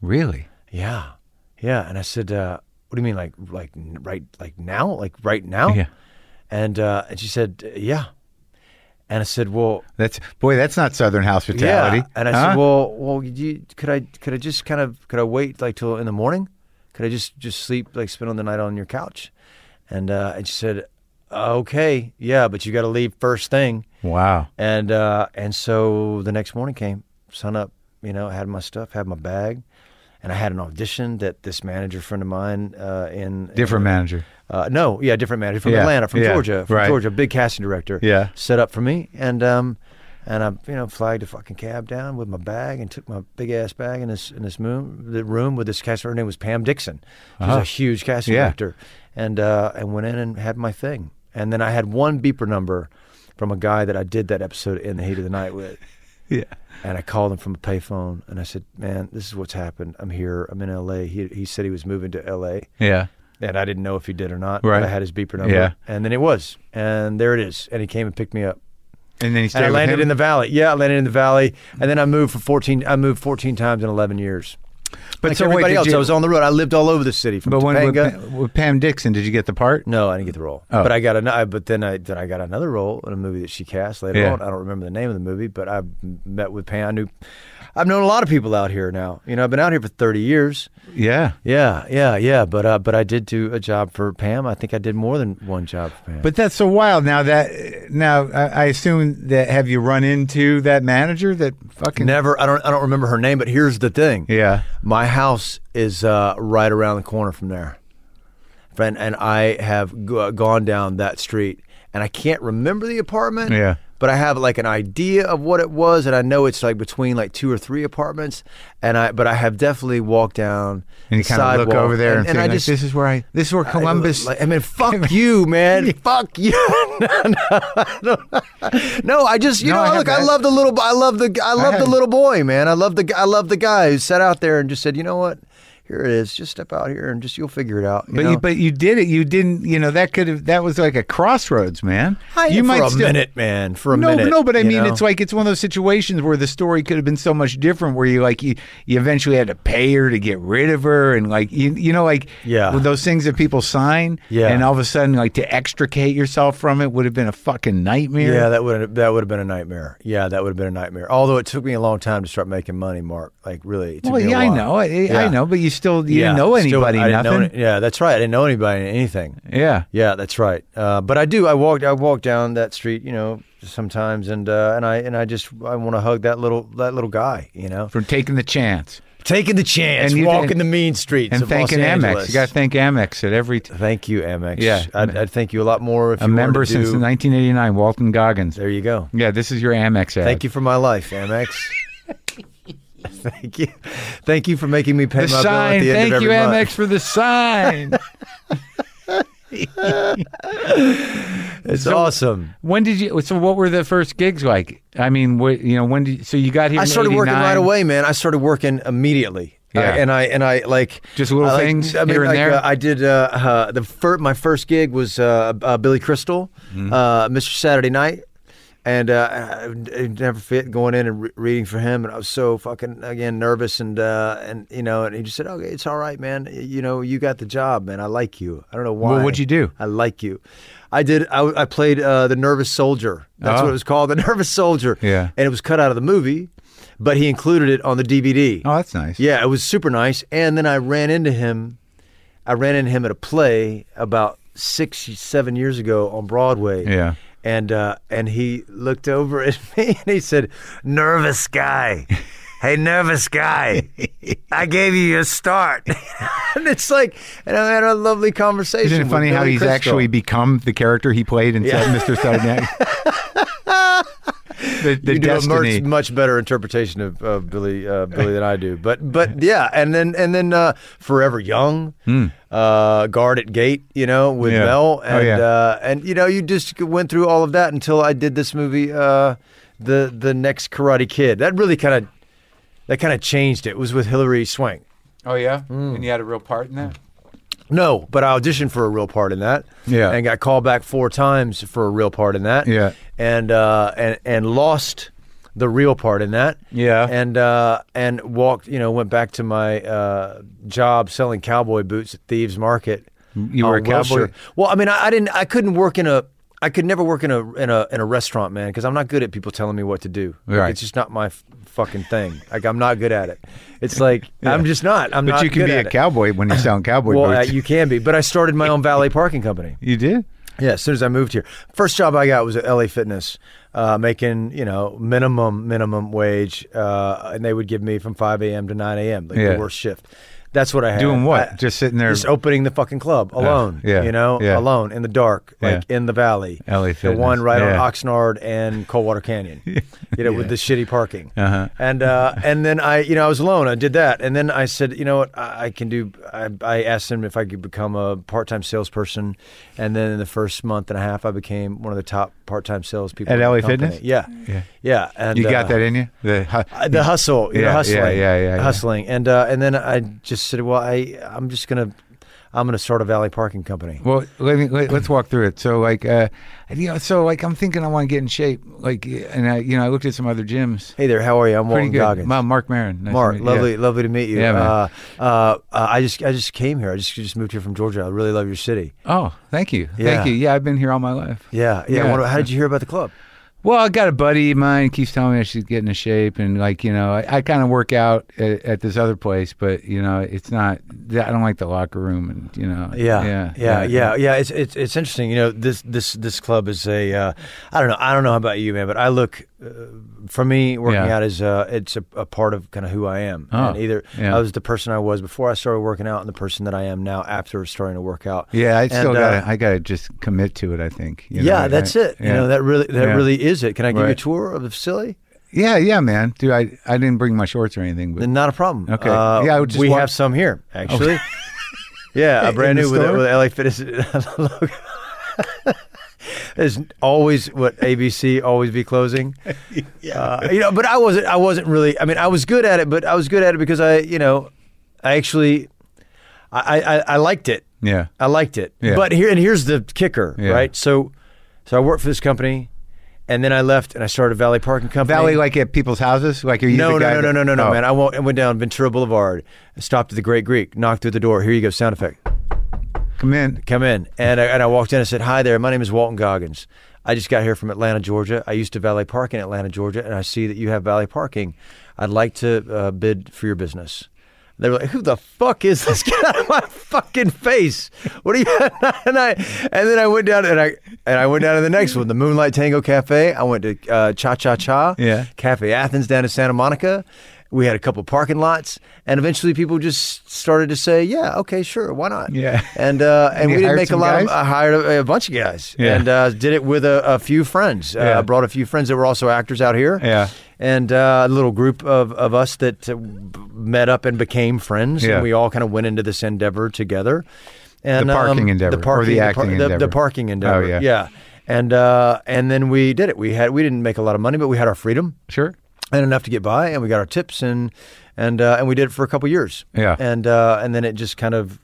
D: Really?
C: Yeah, yeah. And I said, uh, "What do you mean, like, like n- right, like now, like right now?"
D: Yeah.
C: And uh, and she said, "Yeah." And I said, "Well,
D: That's boy. That's not Southern hospitality.
C: yeah." And I
D: huh?
C: said, "Well, well, could you, could I, could I just kind of, could I wait like till in the morning? Could I just just sleep like spend on the night on your couch?" And uh, and she said, "Okay, yeah, but you got to leave first thing."
D: wow.
C: And uh, and so the next morning came, sun up, you know, had my stuff, had my bag, and I had an audition that this manager friend of mine uh, in
D: Different manager.
C: uh, no, yeah, different manager from
D: Yeah,
C: Atlanta, from
D: yeah,
C: Georgia, from
D: right.
C: Georgia, big casting director,
D: Yeah.
C: set up for me, and um, and I you know flagged a fucking cab down with my bag and took my big ass bag in this in this room, the room with this casting. Her name was Pam Dixon. She was a huge casting
D: Uh-huh. Yeah.
C: director, and uh, and went in and had my thing, and then I had one beeper number from a guy that I did that episode in the heat of the night with.
D: Yeah.
C: And I called him from a payphone, and I said, "Man, this is what's happened. I'm here. I'm in L.A." He he said he was moving to L.A
D: Yeah.
C: and I didn't know if he did or not.
D: Right.
C: But I had his beeper number.
D: Yeah.
C: And then it was, and there it is. And he came and picked me up.
D: And then he
C: And
D: stayed
C: I
D: with
C: landed
D: him?
C: in the valley. Yeah, I landed in the valley, and then I moved for fourteen. I moved fourteen times in eleven years.
D: But
C: like
D: so wait,
C: everybody
D: did
C: else,
D: you-
C: I was on the road. I lived all over the city from
D: But when with,
C: Topanga.
D: Pa- with Pam Dixon, did you get the part?
C: no, I didn't get the role,
D: Oh.
C: but I got an, I, But then I then I got another role in a movie that she cast later
D: Yeah.
C: on. I don't remember the name of the movie, but I met with Pam. I knew, I've known a lot of people out here now. You know, I've been out here for thirty years.
D: Yeah.
C: Yeah, yeah, yeah. But uh, but I did do a job for Pam. I think I did more than one job for Pam.
D: But that's so wild. Now that now I, I assume that have you run into that manager that fucking
C: Never. I don't. I don't remember her name. But here's the thing.
D: yeah
C: My house is uh, right around the corner from there, friend, and I have g- gone uh, down that street and I can't remember the apartment.
D: Yeah.
C: But I have like an idea of what it was, and I know it's like between like two or three apartments. And I, but I have definitely walked down
D: And you
C: the
D: kind of look
C: sidewalk,
D: over there and, think,
C: I
D: like,
C: just
D: this is where I, this is where
C: I-
D: Columbus.
C: like, I, mean, fuck you, man. fuck you. no, no, I don't- no, I just you
D: No,
C: know,
D: I have
C: look, I
D: that.
C: love the little, I love the, I love the
D: have-
C: little boy, man. I love the, I love the guy who sat out there and just said, you know what, here it is, just step out here and just you'll figure it out. You
D: but
C: know?
D: you, but you did it. You didn't. You know that could have. That was like a crossroads, man.
C: I-
D: you
C: for a minute, man, for a
D: no,
C: minute.
D: no, but I
C: you
D: mean,
C: know?
D: it's like it's one of those situations where the story could have been so much different. Where you like you, you eventually had to pay her to get rid of her, and like you, you know, like
C: Yeah.
D: with those things that people sign,
C: Yeah.
D: and all of a sudden, like to extricate yourself from it would have been a fucking nightmare.
C: Yeah, that would that would have been a nightmare. Yeah, that would have been a nightmare. Although it took me a long time to start making money, Mark. Like really, it took
D: well,
C: me a
D: yeah, I
C: while.
D: know, I, I
C: Yeah.
D: know, but you still you
C: Yeah,
D: didn't know
C: still,
D: anybody,
C: I didn't know
D: nothing.
C: any- yeah, that's right. I didn't know anybody, anything.
D: yeah,
C: Yeah, that's right. Uh, but I do. I walked. I walk down that street, you know, sometimes, and uh, and I and I just I want to hug that little that little guy, you know,
D: from taking the chance
C: taking the chance,
D: And you-
C: walking
D: and-
C: the mean streets
D: and
C: of Los
D: thanking Amex.
C: Angeles.
D: You got to thank Amex at every. T-
C: thank you, Amex.
D: Yeah.
C: I'd, I'd thank you a lot more if
D: a
C: you wanted
D: member
C: to
D: since
C: do-
D: 1989, Walton Goggins.
C: There you go.
D: Yeah, this is your Amex ad.
C: Thank you for my life, Amex. thank you, thank you for making me pay my
D: The
C: bill at
D: sign.
C: the end
D: Thank
C: of every
D: you,
C: month.
D: Amex, for the sign.
C: It's awesome.
D: when did you? So, what were the first gigs like? I mean, what, you know, when did? So you got here?
C: I
D: in
C: started working
D: 89.
C: right away, man. I started working immediately.
D: Yeah.
C: I- and I and I like
D: Just little
C: I, like-
D: things
C: I mean,
D: here and
C: like,
D: there?
C: uh, I did uh, uh, the fir- my first gig was uh, uh, Billy Crystal,
D: Mm-hmm.
C: uh, Mr. Saturday Night, and uh, I, I never fit going in and re- reading for him, and I was so fucking again nervous and uh, and you know, and he just said, "Okay, it's all right, man. You know, you got the job, man. I like you. I don't know why.
D: Well, what'd you do?
C: I like you. I did. I, I played uh, the Nervous Soldier. That's
D: Oh.
C: what it was called, the Nervous Soldier.
D: Yeah.
C: and it was cut out of the movie, but he included it on the DVD.
D: Oh, that's nice.
C: Yeah, it was super nice. And then I ran into him. I ran into him at a play about six, seven years ago on Broadway.
D: Yeah.
C: And uh, and he looked over at me and he said, "Nervous guy, hey, nervous guy, I gave you a start." and it's like, and I had a lovely conversation.
D: Isn't it
C: with
D: funny how
C: Billy
D: he's
C: Crystal.
D: actually become the character he played in
C: Yeah.
D: Mr. Saturday Night? the the
C: you do
D: destiny.
C: a much, much better interpretation of, of Billy uh, Billy than I do. But but yeah, and then and then uh, Forever Young, uh, Guard at Gate, you know, with
D: Hmm. Yeah.
C: Mel,
D: Oh,
C: and
D: yeah.
C: uh, and you know, you just went through all of that until I did this movie, uh, the the next Karate Kid. That really kind of that kind of changed it. It was with Hilary Swank.
D: oh yeah,
C: Mm.
D: and you had a real part in that.
C: No, but I auditioned for a real part in that.
D: Yeah.
C: and got called back four times for a real part in that.
D: Yeah.
C: and uh, and and lost the real part in that.
D: Yeah.
C: and uh, and walked. You know, went back to my uh, job selling cowboy boots at Thieves Market.
D: You were
C: on
D: a cowboy-
C: Wilshire. Well, I mean, I, I didn't. I couldn't work in a. I could never work in a in a in a restaurant, man, because I'm not good at people telling me what to do. Like,
D: Right.
C: it's just not my f- fucking thing. Like I'm not good at it. It's like I'm just not. I'm
D: But
C: not
D: you can
C: good
D: be
C: at
D: a
C: it.
D: cowboy when you're selling cowboy
C: Well, uh,
D: boots.
C: you can be, but I started my own valet parking company.
D: you did.
C: Yeah, as soon as I moved here, first job I got was at LA Fitness, uh, making you know minimum minimum wage, uh, and they would give me from five a.m. to nine a.m. like
D: Yeah.
C: the worst shift. That's what I had.
D: Doing what?
C: I-
D: Just sitting there-
C: just opening the fucking club alone.
D: yeah,
C: you know,
D: yeah.
C: alone in the dark, like in the valley.
D: LA
C: the one
D: Fitness,
C: right
D: yeah.
C: on Oxnard and Coldwater Canyon. You know, with the shitty parking.
D: Uh-huh.
C: And uh, and then I, you know, I was alone. I did that, and then I said, you know what, I, I can do. I, I asked him if I could become a part-time salesperson, and then in the first month and a half, I became one of the top part-time salespeople
D: At
C: in the
D: LA
C: company.
D: Fitness?
C: Yeah,
D: Yeah.
C: yeah. And
D: You got
C: uh,
D: that in you. The hu-
C: I- the hustle, you know,
D: Yeah, yeah,
C: hustling,
D: yeah, yeah, yeah.
C: hustling, and uh, and then I just said, well, I, I'm just gonna, I'm gonna start a Valley Parking Company.
D: Well, let me let, us walk through it. So, like, uh, you know, so like I'm thinking I want to get in shape, like, and I, you know, I looked at some other gyms.
C: Hey there, how are you? I'm
D: Pretty
C: Walton
D: good.
C: Goggins.
D: Ma- Mark Maron. Nice
C: Mark,
D: to meet you.
C: lovely,
D: Yeah.
C: lovely to meet you.
D: Yeah, man.
C: uh, uh, uh, I just, I just came here. I just, just moved here from Georgia. I really love your city.
D: Oh, thank you,
C: Yeah.
D: thank you. Yeah, I've been here all my life.
C: Yeah, yeah.
D: Yeah.
C: What, how did you hear about the club?
D: Well, I got a buddy of mine keeps telling me I should get into shape, and like, you know, I, I kind of work out at, at this other place, but you know, it's not. I don't like the locker room, and you know,
C: Yeah,
D: yeah,
C: yeah, yeah, yeah. It's it's it's interesting. You know, this this this club is a. Uh, I don't know. I don't know about you, man, but I look for me, working
D: Yeah.
C: out is uh, it's a, a part of kind of who I am.
D: Oh,
C: and either
D: yeah.
C: I was the person I was before I started working out, and the person that I am now after starting to work out.
D: Yeah, I
C: And,
D: still got.
C: uh,
D: to I got to just commit to it. I think. you
C: yeah,
D: know,
C: that's
D: I-
C: it. You
D: yeah.
C: know that really that
D: Yeah.
C: really is it. Can I give you a
D: Right.
C: tour of the facility?
D: Yeah, yeah, man, dude. I I didn't bring my shorts or anything, but
C: Then not a problem.
D: Okay.
C: Uh,
D: Yeah, I would just
C: we
D: wa-
C: have some here actually. yeah, a brand
D: the
C: new with,
D: store?
C: with LA Fitness logo. There's always what ABC always be closing. yeah. you know, but I wasn't. I wasn't really. I mean, I was good at it, but I was good at it because I, you know, I actually, I, I, I liked it.
D: yeah,
C: I liked it.
D: Yeah.
C: But here and here's the kicker,
D: Yeah.
C: right? So, so I worked for this company, and then I left and I started Valley Parking Company.
D: Valley like at people's houses. Like are you?
C: No,
D: the
C: no,
D: guy
C: no, no,
D: that-
C: no, no, no,
D: Oh.
C: man. I went, I went down Ventura Boulevard, stopped at the Great Greek, knocked through the door. Here you go, sound effect.
D: Come in.
C: Come in. And I, and I walked in and said, Hi there, my name is Walton Goggins. I just got here from Atlanta, Georgia. I used to valet park in Atlanta, Georgia, and I see that you have valet parking. I'd like to uh, bid for your business. They were like, "Who the fuck is this? Get out of my fucking face! What are you?" And I, and then I went down and I and I went down to the next one, the Moonlight Tango Cafe. I went to uh, Cha Cha Cha,
D: Yeah.
C: Cafe Athens down in Santa Monica. We had a couple parking lots, and eventually people just started to say, "Yeah, okay, sure, why not?"
D: Yeah.
C: and uh, and,
D: you
C: we didn't
D: hired
C: make a
D: some
C: lot. Of,
D: guys?
C: I hired a, a bunch of guys,
D: Yeah.
C: and uh, did it with a, a few friends. Uh,
D: Yeah.
C: I brought a few friends that were also actors out here,
D: Yeah.
C: and uh, a little group of, of us that uh, b- met up and became friends,
D: Yeah.
C: and we all kind of went into this endeavor together. And um,
D: The parking endeavor, or
C: the parking,
D: the acting
C: the,
D: endeavor. Oh,
C: the parking endeavor,
D: yeah.
C: yeah. And uh, and then we did it. We had we didn't make a lot of money, but we had our freedom
D: Sure.
C: and enough to get by, and we got our tips and and uh, and we did it for a couple years.
D: Yeah.
C: and uh, and then it just kind of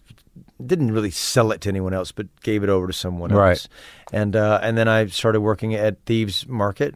C: didn't really sell it to anyone else, but gave it over to someone
D: Right.
C: else. And uh, and then I started working at Thieves Market,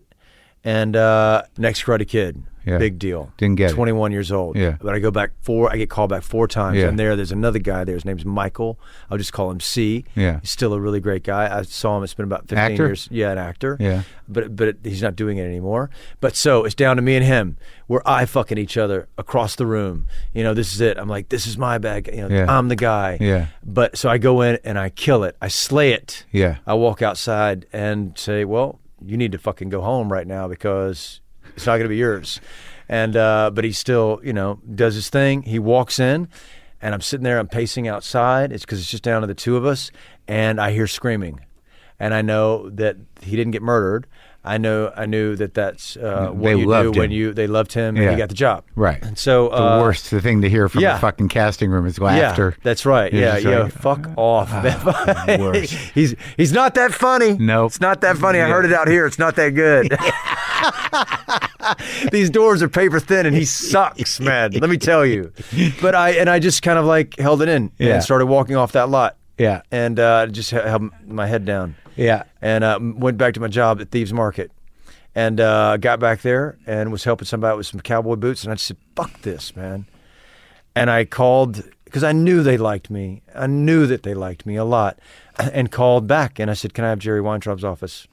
C: and uh, next Karate Kid,
D: Yeah.
C: big deal.
D: Didn't get it.
C: twenty one years old.
D: Yeah.
C: but I go back four. I get called back four times.
D: Yeah.
C: And there, there's another guy there. His name's Michael. I'll just call him C.
D: Yeah.
C: he's still a really great guy. I saw him. It's been about fifteen
D: Actor?
C: years. Yeah, an actor
D: Yeah.
C: but but it, he's not doing it anymore. But so it's down to me and him. We're eye fucking each other across the room. You know, this is it. I'm like, this is my bag. You know,
D: Yeah.
C: I'm the guy.
D: Yeah.
C: But so I go in and I kill it. I slay it.
D: Yeah.
C: I walk outside and say, well, you need to fucking go home right now because it's not gonna be yours. And uh, but he still, you know, does his thing. He walks in. And I'm sitting there, I'm pacing outside. It's because it's just down to the two of us. And I hear screaming and I know that he didn't get murdered. I know I knew that that's uh, what
D: They
C: you
D: loved
C: do when
D: him.
C: you they loved him and
D: Yeah.
C: he got the job.
D: Right.
C: And so
D: the worst the thing to hear from
C: Uh, yeah.
D: a fucking casting room is laughter.
C: Yeah, that's right.
D: You're
C: yeah,
D: just
C: yeah.
D: like, "Ah,
C: fuck off.
D: worst.
C: he's he's not that funny.
D: Nope.
C: it's not that funny. I heard it out here. It's not that good. These doors are paper thin, and he sucks, man. Let me tell you. But I and I just kind of like held it in
D: Yeah.
C: and started walking off that lot.
D: Yeah.
C: and uh, just he- held my head down
D: Yeah.
C: and uh, went back to my job at Thieves Market. And uh, got back there and was helping somebody with some cowboy boots. And I just said, fuck this, man. And I called because I knew they liked me. I knew that they liked me a lot. And called back and I said, can I have Jerry Weintraub's office?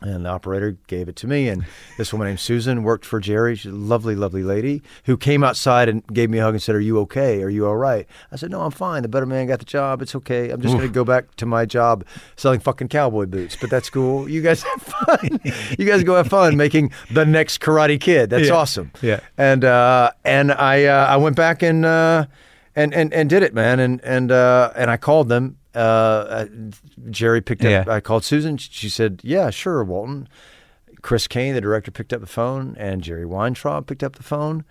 C: And the operator gave it to me. And this woman named Susan worked for Jerry. She's a lovely, lovely lady who came outside and gave me a hug and said, Are you okay? Are you all right? I said, No, I'm fine. The better man got the job. It's okay. I'm just going to go back to my job selling fucking cowboy boots, but that's cool. You guys have fun. you guys go have fun making the next Karate Kid. That's
D: Yeah.
C: awesome.
D: Yeah.
C: And, uh, and I, uh, I went back and, uh, and, and, and did it, man. And, and, uh, and I called them. Uh, uh, Jerry picked up,
D: Yeah.
C: I called Susan. She said, "Yeah, sure, Walton." Chris Kane, the director, picked up the phone, and Jerry Weintraub picked up the phone,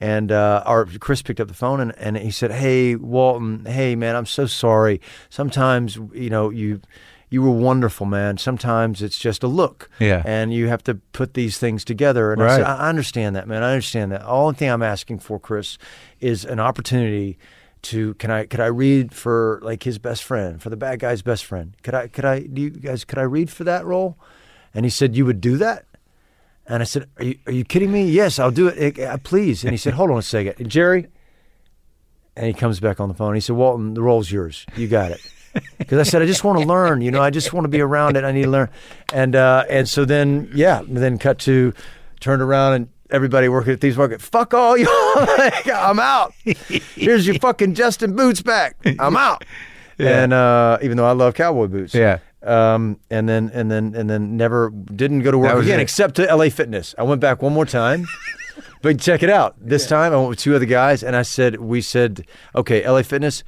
C: and uh, or Chris picked up the phone, and, and he said, "Hey, Walton. Hey, man, I'm so sorry. Sometimes, you know, you." You were wonderful, man. Sometimes it's just a look,
D: Yeah.
C: and you have to put these things together. And I said,
D: Right.
C: I understand that, man. I understand that. All the thing I'm asking for, Chris, is an opportunity to can I could I read for like his best friend, for the bad guy's best friend? Could I could I do you guys could I read for that role? And he said, You would do that? And I said, Are you are you kidding me? Yes, I'll do it. Eh, eh, please. And he said, Hold on a second. Jerry. And he comes back on the phone. He said, Walton, the role's yours. You got it. Because I said, I just want to learn. You know, I just want to be around it. I need to learn. And uh, and so then, yeah, then cut to, turned around and everybody working at Thieves Market, fuck all you. Like, I'm out. Here's your fucking Justin Boots back. I'm out. And uh, even though I love cowboy boots.
D: Yeah.
C: Um, and then and then and then never didn't go to work
D: was
C: again
D: it.
C: except to LA Fitness. I went back one more time. but check it out. This time I went with two other guys and I said we said, "Okay, LA Fitness,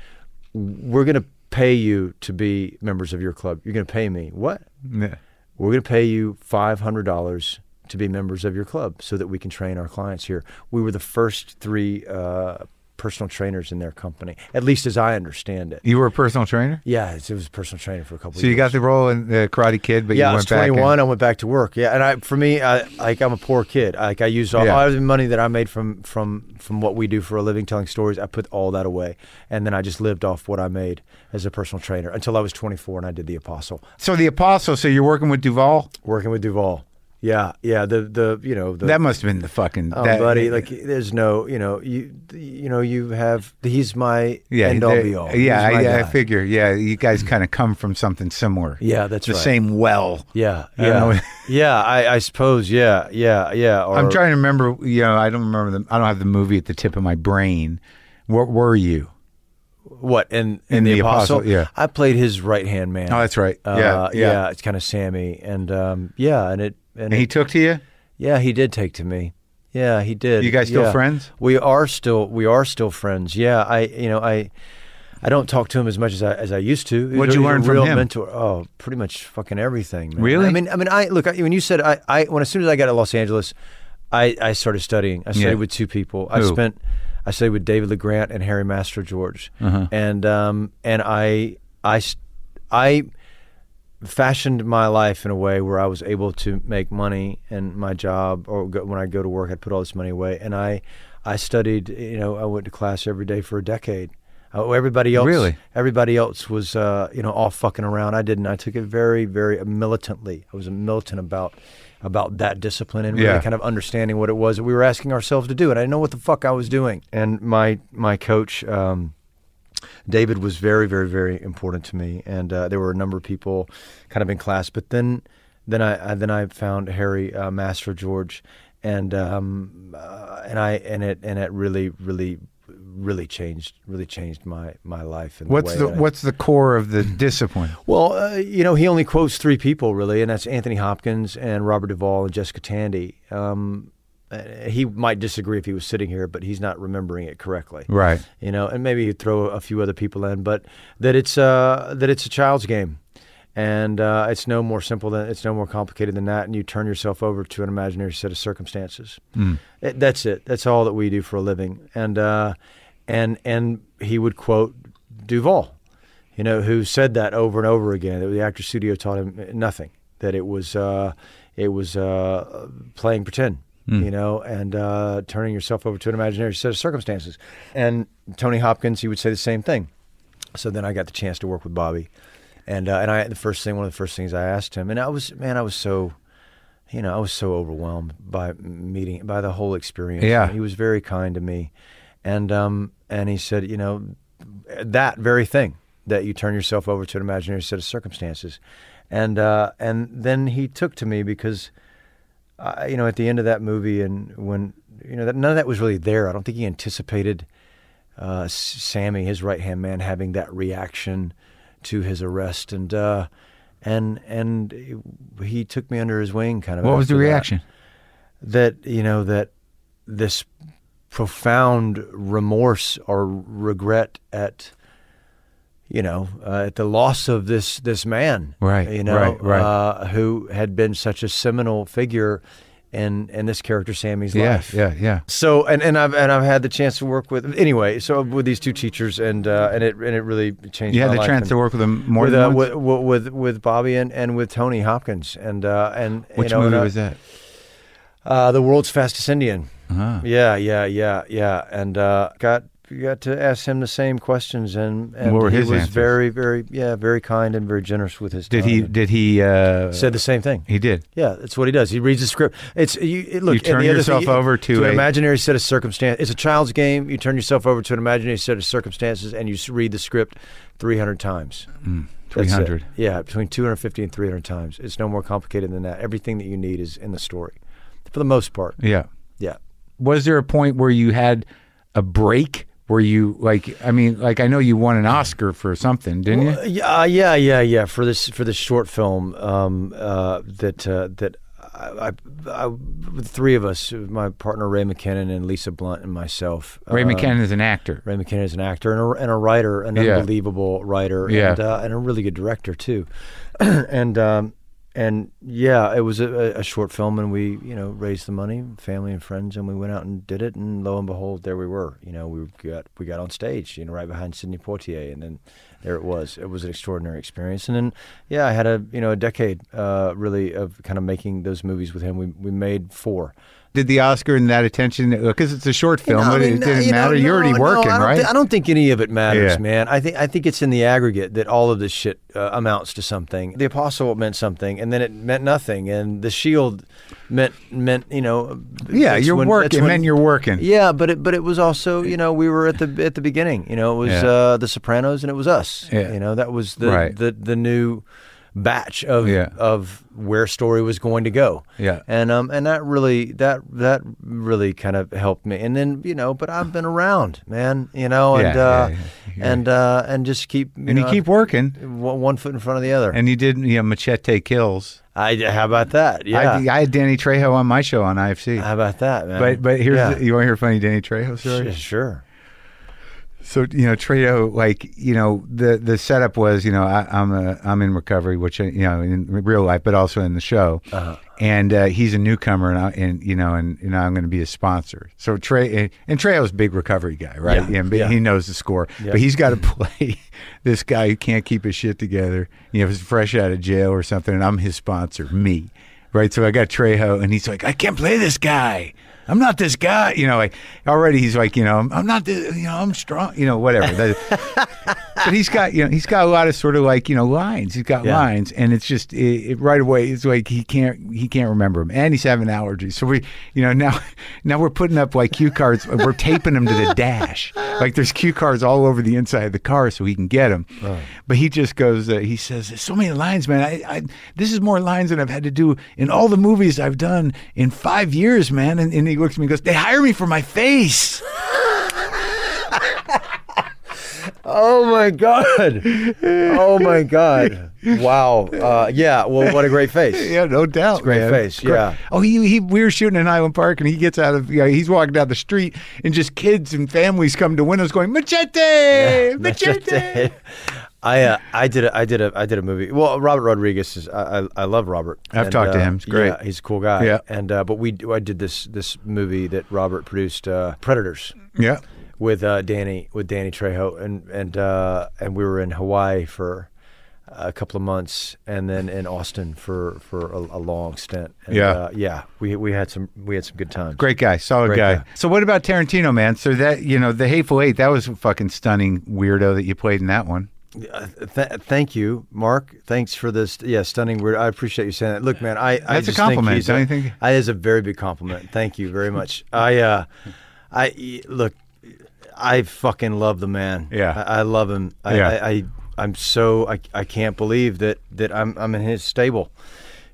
C: we're going to pay you to be members of your club. You're going to pay me. What?
D: Yeah.
C: We're going to pay you $500 to be members of your club so that we can train our clients here. We were the first three uh, personal trainers in their company, at least as I understand it.
D: You were a personal trainer,
C: Yeah, it's- it was a personal trainer for a couple
D: so you
C: years.
D: got the role in the Karate Kid, but
C: yeah,
D: you
C: I was
D: went back. and-
C: 21. I went back to work. Yeah, and I for me, I like I'm a poor kid. Like I used all,
D: Yeah.
C: all the money that I made from from from what we do for a living, telling stories. I put all that away, and then I just lived off what I made as a personal trainer until I was 24 and I did the Apostle,
D: so the Apostle. So you're working with Duvall.
C: working with Duvall. Yeah, yeah. The the you know the
D: That must have been the fucking
C: Oh,
D: that-
C: buddy, like there's no, you know, you you know, you have he's my
D: yeah,
C: end all
D: the-
C: be all.
D: Yeah,
C: He's my
D: yeah.
C: guy.
D: I
C: Mm.
D: figure. Yeah, you guys kind of come from something similar.
C: Yeah, that's
A: the
C: right.
A: same well.
C: Yeah,
D: don't know.
C: yeah, yeah. I, I suppose. Yeah, yeah, yeah. Or,
D: I'm trying to remember. You know, I don't remember the. I don't have the movie at the tip of my brain. What were you?
C: what in in,
D: In
C: the,
D: The
C: apostle?
D: Apostle, yeah.
C: I played his right hand man.
D: Oh, that's right. Yeah,
C: Uh,
D: yeah.
C: It's kind of Sammy, and um, yeah, and it and,
D: And he
C: it-
D: took to you.
C: yeah, he did take to me. Yeah, he did.
D: You guys still
C: Yeah.
D: friends?
C: We are still we are still friends. Yeah, I you know I. I don't talk to him as much as I, as I used to. He's
D: What'd
C: a-
D: you
C: he's a
D: learn from
C: real
D: him?
C: Mentor. Oh, pretty much fucking everything. Man.
D: Really?
C: I mean, I mean, I look I, when you said I, I when as soon as I got to Los Angeles, I, I started studying. I studied
D: Yeah.
C: with two people. I
D: Who?
C: spent I studied with David LeGrant and Harry Master George,
D: Uh-huh.
C: and um and I I s- I fashioned my life in a way where I was able to make money and my job or go, when I go to work I'd put all this money away and I I studied you know I went to class every day for a decade Uh, everybody else
D: Really?
C: everybody else was uh, you know all fucking around I didn't I took it very very militantly I was militant about about that discipline and really
D: Yeah.
C: kind of understanding what it was that we were asking ourselves to do and I didn't know what the fuck I was doing and my my coach um, David was very, very, very important to me, and uh, there were a number of people kind of in class. But then, then I, I then I found Harry uh, Master George, and um, uh, and I and it and it really, really, really changed, really changed my my life. In the,
D: What's
C: way
D: the
C: that I-
D: What's the core of the discipline?
C: well, uh, you know, he only quotes three people really, and that's Anthony Hopkins and Robert Duvall and Jessica Tandy. Um, uh, he might disagree if he was sitting here, but he's not remembering it correctly,
D: Right.
C: You know, and maybe he'd throw a few other people in, but that it's uh, that it's a child's game, and uh, it's no more simple than it's no more complicated than that. And you turn yourself over to an imaginary set of circumstances. It, that's it. That's all that we do for a living. And uh, and and he would quote Duvall you know, who said that over and over again. That the actor studio taught him nothing. That it was uh, it was uh, playing pretend, you know, and uh, turning yourself over to an imaginary set of circumstances. And Tony Hopkins, he would say the same thing. So then I got the chance to work with Bobby, and uh, and I the first thing, one of the first things I asked him, and I was man, I was so. You know, I was so overwhelmed by meeting, by the whole experience.
D: Yeah.
C: he was very kind to me, and um, and he said, you know, that very thing that you turn yourself over to an imaginary set of circumstances and uh, and then he took to me because uh, you know at the end of that movie and when you know that none of that was really there i don't think he anticipated uh, S- sammy his right hand man having that reaction to his arrest and uh, and and he took me under his wing kind of
D: What was
C: after
D: the
C: that
D: reaction?
C: that you know that this profound remorse or regret at you know uh, at the loss of this this man
D: Right,
C: you know
D: right, right.
C: Uh, who had been such a seminal figure in in this character Sammy's
D: Yeah.
C: life
D: Yeah. Yeah.
C: so and, and I've and I've had the chance to work with anyway so with these two teachers and uh, and it and it really changed
D: You had
C: my
D: the
C: life
D: chance
C: and-
D: to work with him more
C: with,
D: than
C: uh,
D: once?
C: with, with with Bobby and, and with Tony Hopkins and uh, and
D: Which
C: you know,
D: movie
C: and, uh,
D: was that?
C: uh, the world's fastest Indian. Yeah, yeah, yeah, yeah. And uh, got got to ask him the same questions, and, and
D: What were
C: he
D: his
C: was
D: answers?
C: very, very, yeah, very kind and very generous with his.
D: Did
C: time
D: he?
C: and
D: Did he? Uh,
C: said the same thing?
D: he did.
C: Yeah, that's what he does. He reads the script. It's you it- look.
D: You
C: and
D: turn
C: the other
D: yourself
C: thing-
D: over to
C: an
D: a-
C: imaginary set of circumstances. It's a child's game. You turn yourself over to an imaginary set of circumstances, and you s- read the script three hundred times.
D: Hmm. Three
C: That's it.
D: hundred.
C: Yeah, between 250 and 300 times. It's no more complicated than that. Everything that you need is in the story, for the most part.
D: Yeah.
C: Yeah.
D: Was there a point where you had a break Were you like? I mean, like I know you won an Oscar for something, didn't you?
C: Yeah, uh, yeah, yeah, yeah. For this for this short film um, uh, that uh, that I, I, I, the three of us, my partner Ray McKinnon and Lisa Blunt and myself.
D: Ray
C: uh,
D: McKinnon is an actor.
C: Ray McKinnon is an actor and a, and a writer, an
D: Yeah.
C: unbelievable writer,
D: Yeah.
C: and, uh, and a really good director too. and um, and yeah, it was a, a- a short film, and we you know raised the money, family and friends, and we went out and did it. And lo and behold, there we were. You know, we got we got on stage, you know, right behind Sidney Poitier, and then there it was. It was an extraordinary experience. And then yeah, I had a you know a decade uh, really of kind of making those movies with him. We we made four.
D: Did the Oscar and that attention? Because it's a short film,
C: No, I
D: but
C: mean,
D: it didn't
C: you know,
D: matter. You're
C: no,
D: already
C: no,
D: working,
C: I don't
D: right?
C: thi- I don't think any of it matters,
D: Yeah.
C: man. I think I think it's in the aggregate that all of this shit uh, amounts to something. The Apostle meant something, and then it meant nothing, and the Shield meant meant you know.
D: yeah,
C: that's
D: you're
C: when- that's
D: working.
C: when-
D: man, you're working.
C: Yeah, but it but it was also you know we were at the at the beginning. You know it was
D: Yeah.
C: uh, the Sopranos and it was us.
D: Yeah.
C: You know that was the
D: Right.
C: the the new batch of
D: Yeah.
C: of where story was going to go.
D: Yeah.
C: And um and that really that that really kind of helped me. And then you know but I've been around, man. You know and
D: Yeah,
C: uh,
D: yeah,
C: and uh, and just keep you
D: and you
C: know,
D: keep working.
C: one one foot in front of the other.
D: And you did, you know, Machete Kills.
C: I how about that? Yeah.
D: I, I had Danny Trejo on my show on IFC.
C: how about that, man?
D: but but here's
C: Yeah.
D: the, you want to hear a funny Danny Trejo story?
C: Sh- sure.
D: So you know Trejo, like you know the the setup was you know I, I'm a I'm in recovery, which uh, you know in real life, but also in the show,
C: Uh-huh.
D: and uh, he's a newcomer, and I, and you know and you know I'm going to be his sponsor. So Trey and, and Trejo's a big recovery guy, right?
C: Yeah,
D: and b-
C: yeah.
D: he knows the score, but he's got to play this guy who can't keep his shit together. You know, he's fresh out of jail or something, and I'm his sponsor, me, right? So I got Trejo, and he's like, I can't play this guy. I'm not this guy, you know. Like already, he's like, you know, I'm, I'm not, this, you know, I'm strong, you know, whatever. That- but he's got, you know, he's got a lot of sort of like, you know, lines. He's got
C: Yeah.
D: lines, and it's just it, it right away. It's like he can't, he can't remember them, and he's having allergies. So we, you know, now, now we're putting up like cue cards. we're taping him to the dash. Like there's cue cards all over the inside of the car, so he can get them. But he just goes, uh, he says, "There's so many lines, man. I, I, this is more lines than I've had to do in all the movies I've done in five years, man." And, and he looks at me, and goes, "They hire me for my face."
C: Oh my god! Oh my god! Wow! Uh, yeah. Well, what a great face.
D: Yeah, no doubt.
C: great
D: man.
C: face,
D: Great-
C: yeah.
D: Oh, he, he we were shooting in Highland Park, and he gets out of you know, he's walking down the street, and just kids and families come to windows going machete, machete.
C: I uh, I did a, I did a I did a movie. Well, Robert Rodriguez is I I, I love Robert. uh,
D: I've talked to him. He's great.
C: yeah, he's a cool guy.
D: Yeah.
C: And uh, but we I did this this movie that Robert produced, uh, Predators,
D: Yeah,
C: with uh, Danny with Danny Trejo, and and uh, and we were in Hawaii for a couple of months, and then in Austin for for a, a long stint. And,
D: Yeah.
C: uh, yeah. We we had some we had some good times.
D: great guy, solid
C: Great
D: guy.
C: guy.
D: So what about Tarantino, man? So that you know the Hateful Eight, that was a fucking stunning weirdo that you played in that one.
C: Th- thank you, Mark. Thanks for this. Yeah, stunning. Weird. I appreciate you saying that. Look, man, I I
D: That's a
C: just think
D: compliment,
C: he's
D: don't
C: a-
D: you think?
C: I- That is a very big compliment. Thank you very much. I uh, I look, I fucking love the man.
D: Yeah.
C: I, I love him. I,
D: Yeah.
C: I, I I'm so I, I can't believe that that I'm I'm in his stable,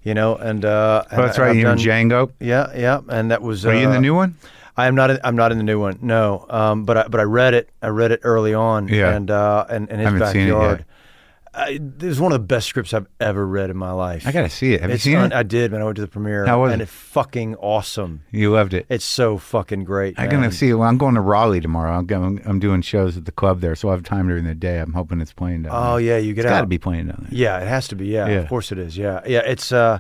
C: you know. And uh,
D: Oh, that's
C: and
D: right,
C: I've
D: you
C: done-
D: and Django.
C: Yeah, yeah, and that was. uh,
D: Are you in the new one?
C: I am not. In, I'm not in the new one. No, um, but I, but I read it. I read it early on.
D: Yeah.
C: and uh, and, and his
D: Haven't seen it yet.
C: backyard. I, it was one of the best scripts I've ever read in my life.
D: I gotta see it. Have you
C: It's uh,
D: seen
C: un-
D: it?
C: I did when I went to the premiere.
D: How was
C: and
D: it?
C: it's fucking awesome.
D: you loved it.
C: It's um, so fucking great.
D: I'm gonna
C: man.
D: see. Well, I'm going to Raleigh tomorrow. I'm going, I'm doing shows at the club there, so I will have time during the day. I'm hoping it's playing down.
C: Oh
D: there.
C: yeah, you get
D: it's
C: out.
D: got to be playing down there.
C: Yeah, it has to be. Yeah,
D: Yeah.
C: of course it is. Yeah, yeah. It's uh,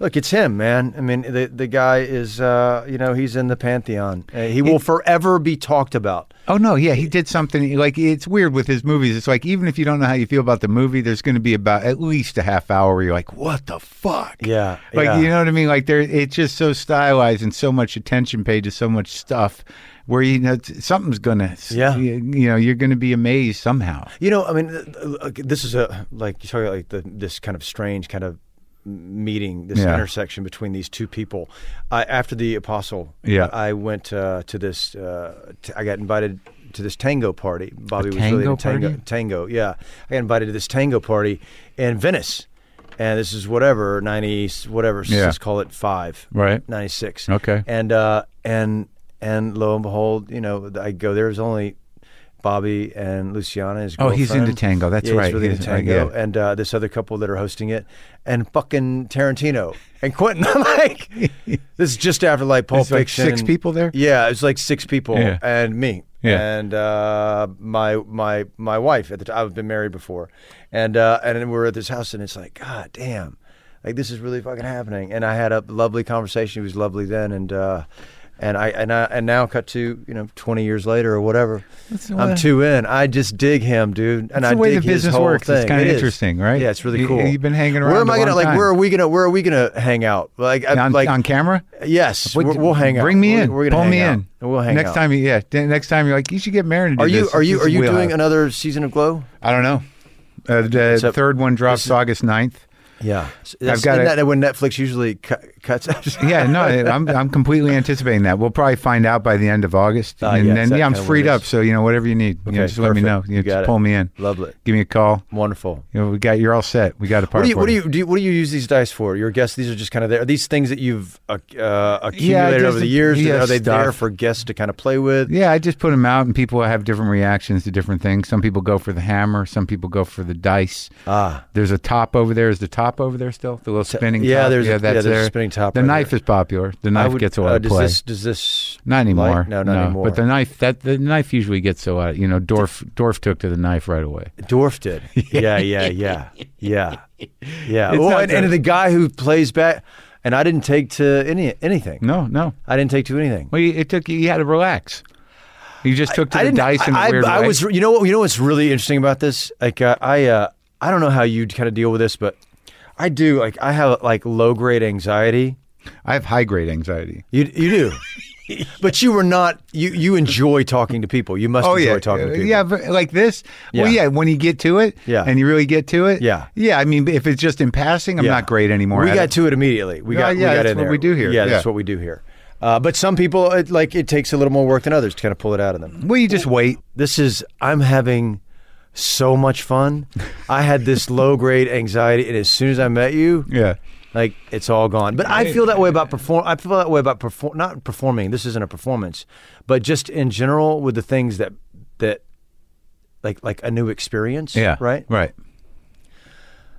C: look, it's him, man. I mean, the the guy is uh, you know, he's in the pantheon. Uh, he will forever be talked about.
D: Oh no, yeah, he did something like it's weird with his movies. It's like even if you don't know how you feel about the movie, there's going to be about at least a half hour where you're like, "What the fuck?"
C: Yeah,
D: like
C: yeah.
D: you know what I mean. Like there, it's just so stylized and so much attention paid to so much stuff, where you know t- something's gonna, s-
C: Yeah.
D: you, you know, you're going to be amazed somehow.
C: You know, I mean, th- th- look, this is a like you talk about like the, this kind of strange kind of meeting, this
D: Yeah.
C: intersection between these two people. I, after the Apostle,
D: Yeah.
C: I went uh, to this. Uh, t- I got invited to this tango party. Bobby was really
D: tango
C: into tango.
D: party?
C: Tango, yeah. I got invited to this tango party in Venice, and this is whatever ninety whatever.
D: Yeah.
C: Let's call it five.
D: Right.
C: ninety six.
D: Okay.
C: and uh, and and lo and behold, you know, I go there. There's only Bobby and Luciana. His
D: Oh, he's
C: girlfriend.
D: into tango. That's
C: Yeah,
D: right.
C: He's really
D: He
C: into
D: is, right,
C: tango.
D: yeah.
C: And uh, this other couple that are hosting it, and fucking Tarantino and Quentin. I'm like, this is just after like Pulp
D: It's like
C: Fiction.
D: six people there?
C: Yeah, it's like six people
D: Yeah.
C: and me.
D: Yeah.
C: And uh, my my my wife at the time. I've been married before, and uh, and then we're at this house, and it's like, God damn, like this is really fucking happening. And I had a lovely conversation. It was lovely then, and uh, and I and I and now cut to you know twenty years later or whatever.
D: That's-
C: I'm two in. I just dig him, dude, and
D: That's
C: I
D: the way
C: dig
D: the
C: his
D: business
C: whole
D: works. It's
C: thing.
D: kinda
C: It is.
D: interesting, right?
C: Yeah, it's really
D: You-
C: cool.
D: you've been hanging
C: Where
D: around
C: am
D: a
C: I gonna
D: long
C: like?
D: time.
C: Where are we gonna? Where are we gonna hang out? Like, I-
D: on,
C: Uh, like
D: on camera.
C: Yes,
D: What-
C: we're, we'll hang out.
D: Bring me
C: We're-
D: in.
C: We're gonna
D: Pull
C: hang
D: me
C: out.
D: in.
C: And We'll hang
D: next
C: out.
D: time. Yeah, d- next time you're like, you should get married. And do
C: Are you
D: this.
C: are you
D: This
C: are
D: is
C: you
D: wheelhouse."
C: doing another season of Glow?
D: I don't know. Uh, the
C: So-
D: third one drops August 9th.
C: Yeah, I've
D: got
C: got
D: it.
C: that when Netflix usually cu- cuts.
D: Yeah, no, I'm I'm completely anticipating that. We'll probably find out by the end of August,
C: Ah,
D: and
C: yeah, is
D: then
C: that
D: yeah, I'm
C: kinda what
D: freed
C: it
D: up.
C: is?
D: So you know, whatever you need, you know,
C: Okay,
D: just let me
C: perfect.
D: know. You,
C: You
D: know, just
C: got it.
D: pull me in.
C: Lovely.
D: Give me a call.
C: wonderful.
D: You know, we got you're all set. We got a
C: What
D: party.
C: do you what do you, do you what do you use these dice for? Your guests. These are just kind of there. Are these things that you've uh, uh, accumulated
D: just
C: over the
D: a-
C: years.
D: yeah,
C: are they there
D: stuff.
C: for guests to kind of play with?
D: Yeah, I just put them out, and people have different reactions to different things. Some people go for the hammer. Some people go for the dice.
C: Ah,
D: There's a top over there. Is the top over there still? The little spinning.
C: yeah,
D: top?
C: there's a-
D: yeah, that's
C: yeah, there's a
D: there.
C: spinning top
D: The
C: right
D: knife
C: there.
D: is popular. The
C: I
D: knife
C: would-
D: gets a lot
C: uh,
D: of
C: does
D: play.
C: This, does this?
D: Not anymore.
C: Like, no, not anymore.
D: But the knife that the knife usually gets a lot. You know, Dorf Dorf took to the knife right away.
C: Dwarf did. Yeah, yeah, yeah, yeah, yeah. Well,
D: not
C: and, and
D: good.
C: the guy who plays back, and I didn't take to any anything.
D: No, no.
C: I didn't take to anything.
D: Well, you, it took you had to relax. You just took to
C: I
D: the
C: didn't.
D: dice in a
C: I,
D: weird
C: I,
D: way.
C: I was. You know what? You know what's really interesting about this? Like uh, I, uh, I don't know how you kind of deal with this, but I do. Like I have like low grade anxiety.
D: I have high grade anxiety.
C: You you do, but you were not. You you enjoy talking to people. You must enjoy talking to people.
D: Oh, yeah, but like this. Well,
C: Yeah.
D: yeah, when you get to it,
C: Yeah.
D: and you really get to it,
C: Yeah.
D: yeah. I mean, if it's just in passing, I'm
C: Yeah.
D: not great anymore.
C: We
D: at
C: got
D: it.
C: to it immediately. We
D: No,
C: got. we
D: yeah,
C: got
D: that's
C: in
D: what
C: there.
D: we do here.
C: Yeah, that's
D: Yeah.
C: what we do here. Uh, but some people, it, like it takes a little more work than others to kind of pull it out of them.
D: Well, you just wait.
C: this is I'm having so much fun. I had this low grade anxiety, and as soon as I met you,
D: Yeah.
C: like it's all gone. But I feel that way about perform. I feel that way about perform. Not performing. This isn't a performance, but just in general with the things that that like like a new experience.
D: Yeah.
C: Right.
D: Right.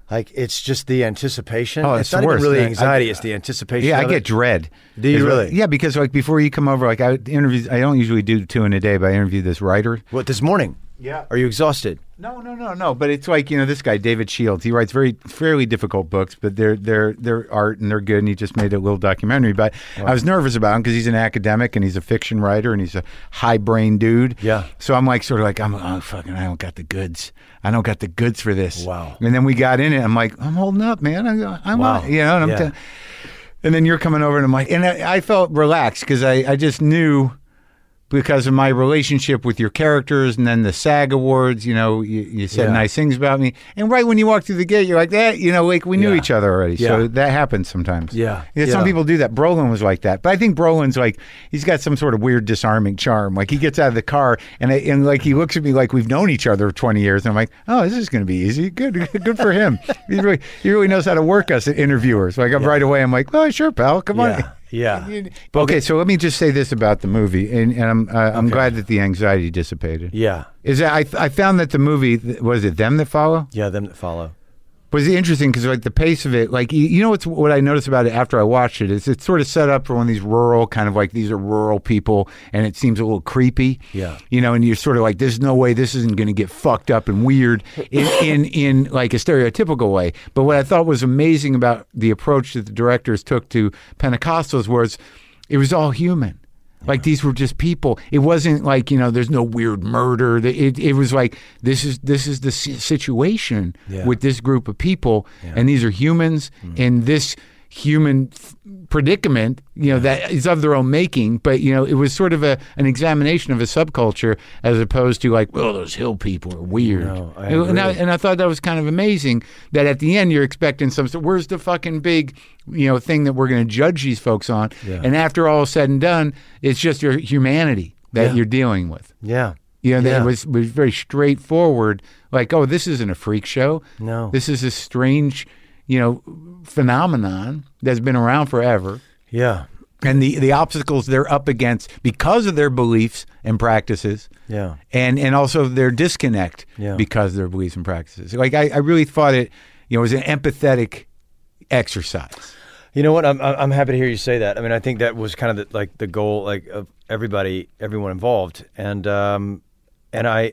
C: Like it's just the anticipation.
D: Oh,
C: it's,
D: it's the
C: not
D: worst.
C: even really
D: I-
C: anxiety. it's the anticipation.
D: Yeah, I
C: of
D: get
C: it.
D: dread.
C: Do you
D: Is what-
C: really?
D: Yeah, because like before you come over, like I interview. I don't usually do two in a day, but I interviewed this writer.
C: What this morning?
D: Yeah.
C: Are you exhausted?
D: No, no, no, no. But it's like you know this guy David Shields. He writes very fairly difficult books, but they're they're they're art and they're good. And he just made a little documentary. But I was nervous about him because he's an academic and he's a fiction writer and he's a high brain dude.
C: Yeah.
D: So I'm like sort of like I'm oh fucking I don't got the goods. I don't got the goods for this.
C: Wow.
D: And then we got in it. I'm like I'm holding up, man. I, I'm
C: Wow.
D: not, you know. And I'm
C: Yeah.
D: t- and then you're coming over and I'm like and I, I felt relaxed because I I just knew because of my relationship with your characters and then the SAG awards, you know, you, you said
C: Yeah.
D: nice things about me. And right when you walk through the gate, you're like that, you know, like we knew
C: Yeah.
D: each other already. So
C: Yeah.
D: that happens sometimes.
C: Yeah.
D: Some
C: Yeah.
D: people do that. Brolin was like that. But I think Brolin's like, he's got some sort of weird disarming charm. Like he gets out of the car and I, and like he looks at me like we've known each other for 20 years. And I'm like, oh, this is going to be easy. Good. Good for him. he, really, he really knows how to work us interviewers. Like I'm right away, I'm like, oh, sure, pal. Come on.
C: Yeah. Yeah.
D: Okay, so let me just say this about the movie, and, and I'm uh, I'm glad that the anxiety dissipated.
C: Yeah.
D: Is that I, I found that the movie was it them that follow
C: Yeah. Them that follow.
D: was interesting because like the pace of it like you, you know what's what I noticed about it after I watched it is it's sort of set up for one of these rural kind of like these are rural people and it seems a little creepy
C: Yeah.
D: you know and you're sort of like there's no way this isn't going to get fucked up and weird in, in in like a stereotypical way but what I thought was amazing about the approach that the directors took to Pentecostals was it was all human. Like these were just people. It wasn't like you know. There's no weird murder. The- It, it was like this is this is the si- situation
C: Yeah.
D: with this group of people, and these are humans, and this human f- predicament, you know, that is of their own making. But you know, it was sort of a an examination of a subculture as opposed to like, well, those hill people are weird.
C: No, I
D: and, I,
C: agree.
D: and I thought that was kind of amazing that at the end you're expecting some. sort- Where's the fucking big, you know, thing that we're going to judge these folks on?
C: Yeah.
D: And after all is said and done, it's just your humanity that
C: Yeah.
D: you're dealing with.
C: Yeah.
D: You know, that
C: Yeah.
D: it was was very straightforward. Like, oh, this isn't a freak show.
C: No.
D: this is a strange, you know, phenomenon that's been around forever.
C: Yeah.
D: and the, the obstacles they're up against because of their beliefs and practices.
C: Yeah.
D: And and also their disconnect
C: Yeah.
D: because of their beliefs and practices. Like I, I really thought it you know, it was an empathetic exercise.
C: You know what? I'm I'm I'm happy to hear you say that. I mean, I think that was kind of the, like the goal, like of everybody, everyone involved, and um, and I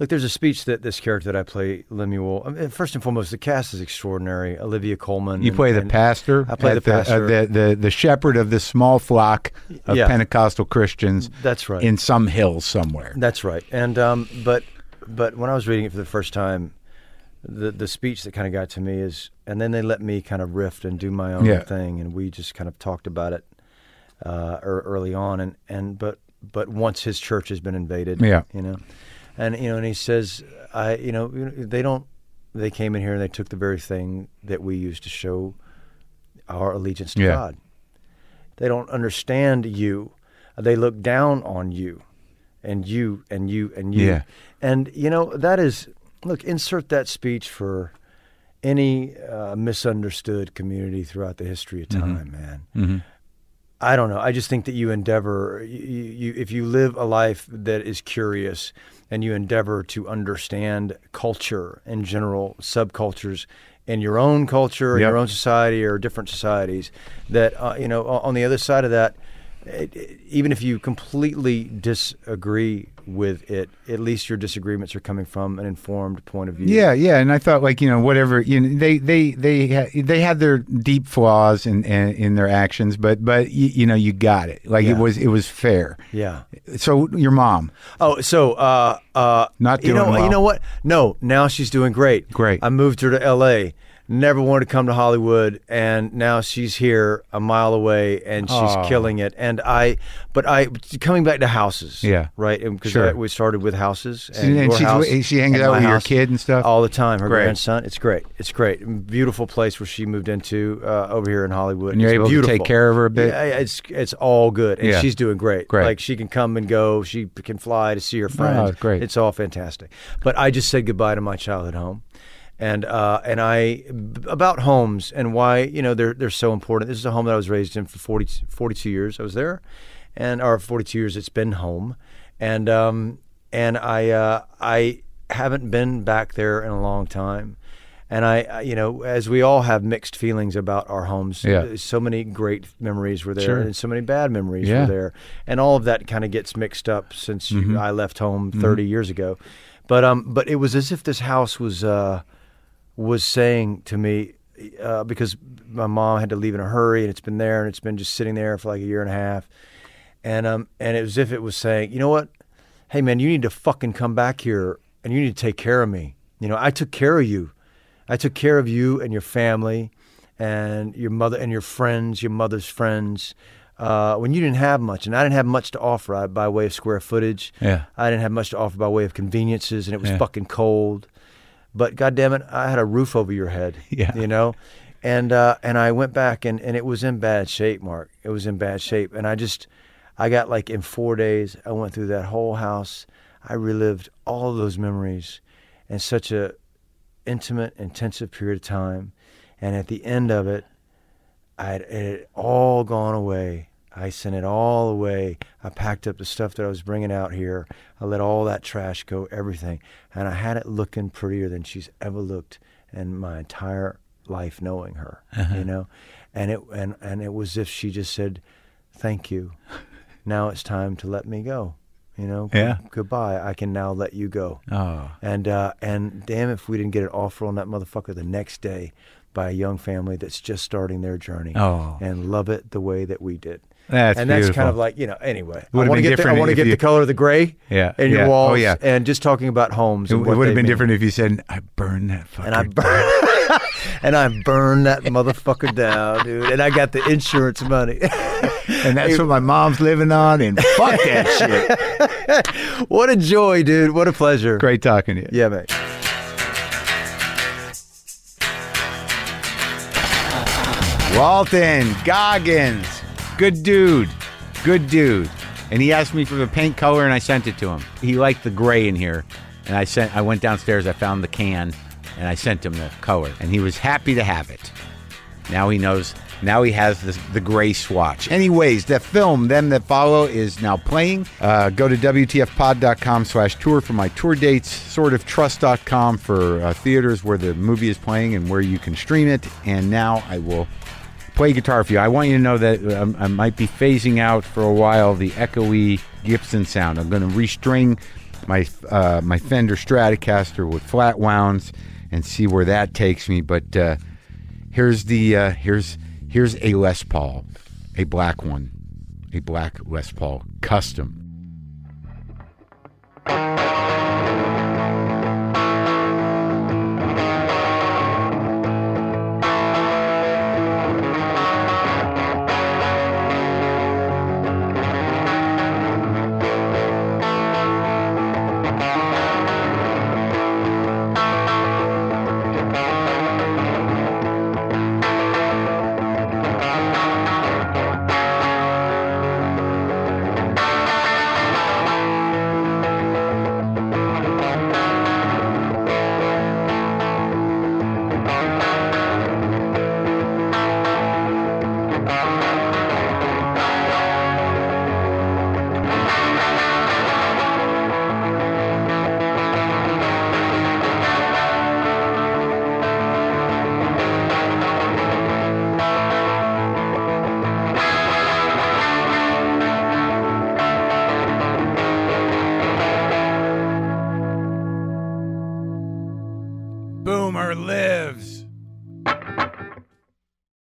C: look. There's a speech that this character that I play, Lemuel. I mean, first and foremost, the cast is extraordinary. Olivia Colman.
D: You
C: and-
D: play the
C: and-
D: pastor.
C: I play
D: at
C: the pastor.
D: uh, the, the the shepherd of this small flock of
C: Yeah.
D: Pentecostal Christians.
C: That's right.
D: In some hills somewhere.
C: That's right. And um, but but when I was reading it for the first time, the the speech that kind of got to me is, and then they let me kind of riff and do my own
D: Yeah.
C: thing, and we just kind of talked about it uh, ear- early on, and and but but once his church has been invaded,
D: Yeah.
C: you know, and you know, and he says, I, you know, you know, they don't, they came in here and they took the very thing that we used to show our allegiance to
D: Yeah.
C: God. They don't understand you. They look down on you and you and you and you.
D: Yeah.
C: And you know, that is look, insert that speech for any uh, misunderstood community throughout the history of time, man. I don't know. I just think that you endeavor, you, you, if you live a life that is curious and you endeavor to understand culture in general, subcultures in your own culture, in
D: Yep.
C: your own society, or different societies, that, uh, you know, o- on the other side of that, it, it- even if you completely disagree with it, at least your disagreements are coming from an informed point of view.
D: Yeah, yeah, and I thought like you know whatever you know, they they they ha- they had their deep flaws in in, in their actions, but but you, you know you got it. Like
C: Yeah.
D: it was it was fair.
C: Yeah.
D: So your mom,
C: Oh, so uh, uh,
D: Not
C: you know
D: doing well.
C: you know what? No, now she's doing great.
D: Great.
C: I moved her to L.A. Never wanted to come to Hollywood, and now she's here a mile away, and she's
D: Aw.
C: killing it. And I, but I coming back to houses.
D: Yeah.
C: right. Because
D: Sure.
C: we started with houses,
D: and
C: and, your
D: she's-
C: house
D: she hangs
C: and
D: out
C: my
D: with your
C: house
D: kid and stuff?
C: all the time. Her
D: Great.
C: grandson. It's great. It's great. Beautiful place where she moved into uh, over here in Hollywood.
D: And you're
C: It's
D: able to
C: beautiful.
D: take care of her a bit?
C: Yeah, it's it's all good, and
D: Yeah.
C: she's doing great.
D: Great.
C: Like she can come and go. She p- can fly to see her friends.
D: Oh, great.
C: It's all fantastic. But I just said goodbye to my childhood home, and uh, and I b- about homes and why you know they're they're so important. This is a home that I was raised in for 40, 42 years. I was there, and or forty two years it's been home, and um and I uh, I haven't been back there in a long time. And I, I- you know, as we all have mixed feelings about our homes, uh,
D: Yeah.
C: so many great memories were there,
D: Sure.
C: and so many bad memories
D: Yeah. Mm-hmm.
C: were there, and all of that kind of gets mixed up since you, I left home 30 years ago. But um, but it was as if this house was uh, was saying to me uh, because my mom had to leave in a hurry, and it's been there, and it's been just sitting there for like a year and a half, and um, and it was as if it was saying, you know what, hey man, you need to fucking come back here, and you need to take care of me. You know, I took care of you. I took care of you and your family and your mother and your friends, your mother's friends, uh, when you didn't have much. And I didn't have much to offer uh, by way of square footage.
D: Yeah.
C: I didn't have much to offer by way of conveniences, and it was
D: Yeah.
C: fucking cold. But goddamn it, I had a roof over your head.
D: Yeah.
C: You know? And uh, and I went back and, and it was in bad shape, Mark. It was in bad shape. And I just I got like in four days, I went through that whole house. I relived all of those memories in such a intimate, intensive period of time. And at the end of it, I had, it had all gone away. I sent it all away. I packed up the stuff that I was bringing out here. I let all that trash go, everything. And I had it looking prettier than she's ever looked in my entire life knowing her, you know? And it, and, and it was as if she just said, thank you. Now it's time to let me go, you know?
D: Yeah.
C: Goodbye. I can now let you go.
D: oh,
C: And uh, and damn if we didn't get an offer on that motherfucker the next day by a young family that's just starting their journey
D: Oh.
C: and love it the way that we did.
D: That's
C: and that's kind of
D: beautiful.
C: like you know. Anyway, I
D: would've
C: want to
D: been
C: get the, I
D: different
C: want to
D: if
C: get
D: you-
C: the color of the gray
D: Yeah,
C: in
D: yeah.
C: your
D: Oh,
C: walls.
D: yeah.
C: and just talking about homes.
D: it,
C: and what
D: would have
C: they
D: been
C: mean.
D: different if you said, "I burned that fucker."
C: And I burn and I burn that motherfucker down, dude. And I got the insurance money.
D: and that's what my mom's living on. And fuck that shit.
C: what a joy, dude. What a pleasure.
D: Great talking to you.
C: Yeah, mate.
D: Walton Goggins, good dude, good dude. And he asked me for the paint color, and I sent it to him. He liked the gray in here, and I sent. I went downstairs, I found the can, and I sent him the color, and he was happy to have it. Now he knows Now he has this, the gray swatch. Anyways, the film, Them That Follow, is now playing. Uh, go to WTFpod.com slash tour for my tour dates, sortoftrust.com for uh, theaters where the movie is playing and where you can stream it. And now I will play guitar for you. I want you to know that um, I might be phasing out for a while the echoey Gibson sound. I'm going to restring my uh, my Fender Stratocaster with flat wounds and see where that takes me. But uh, here's the uh, here's here's a Les Paul, a black one, a black Les Paul custom. Boomer lives.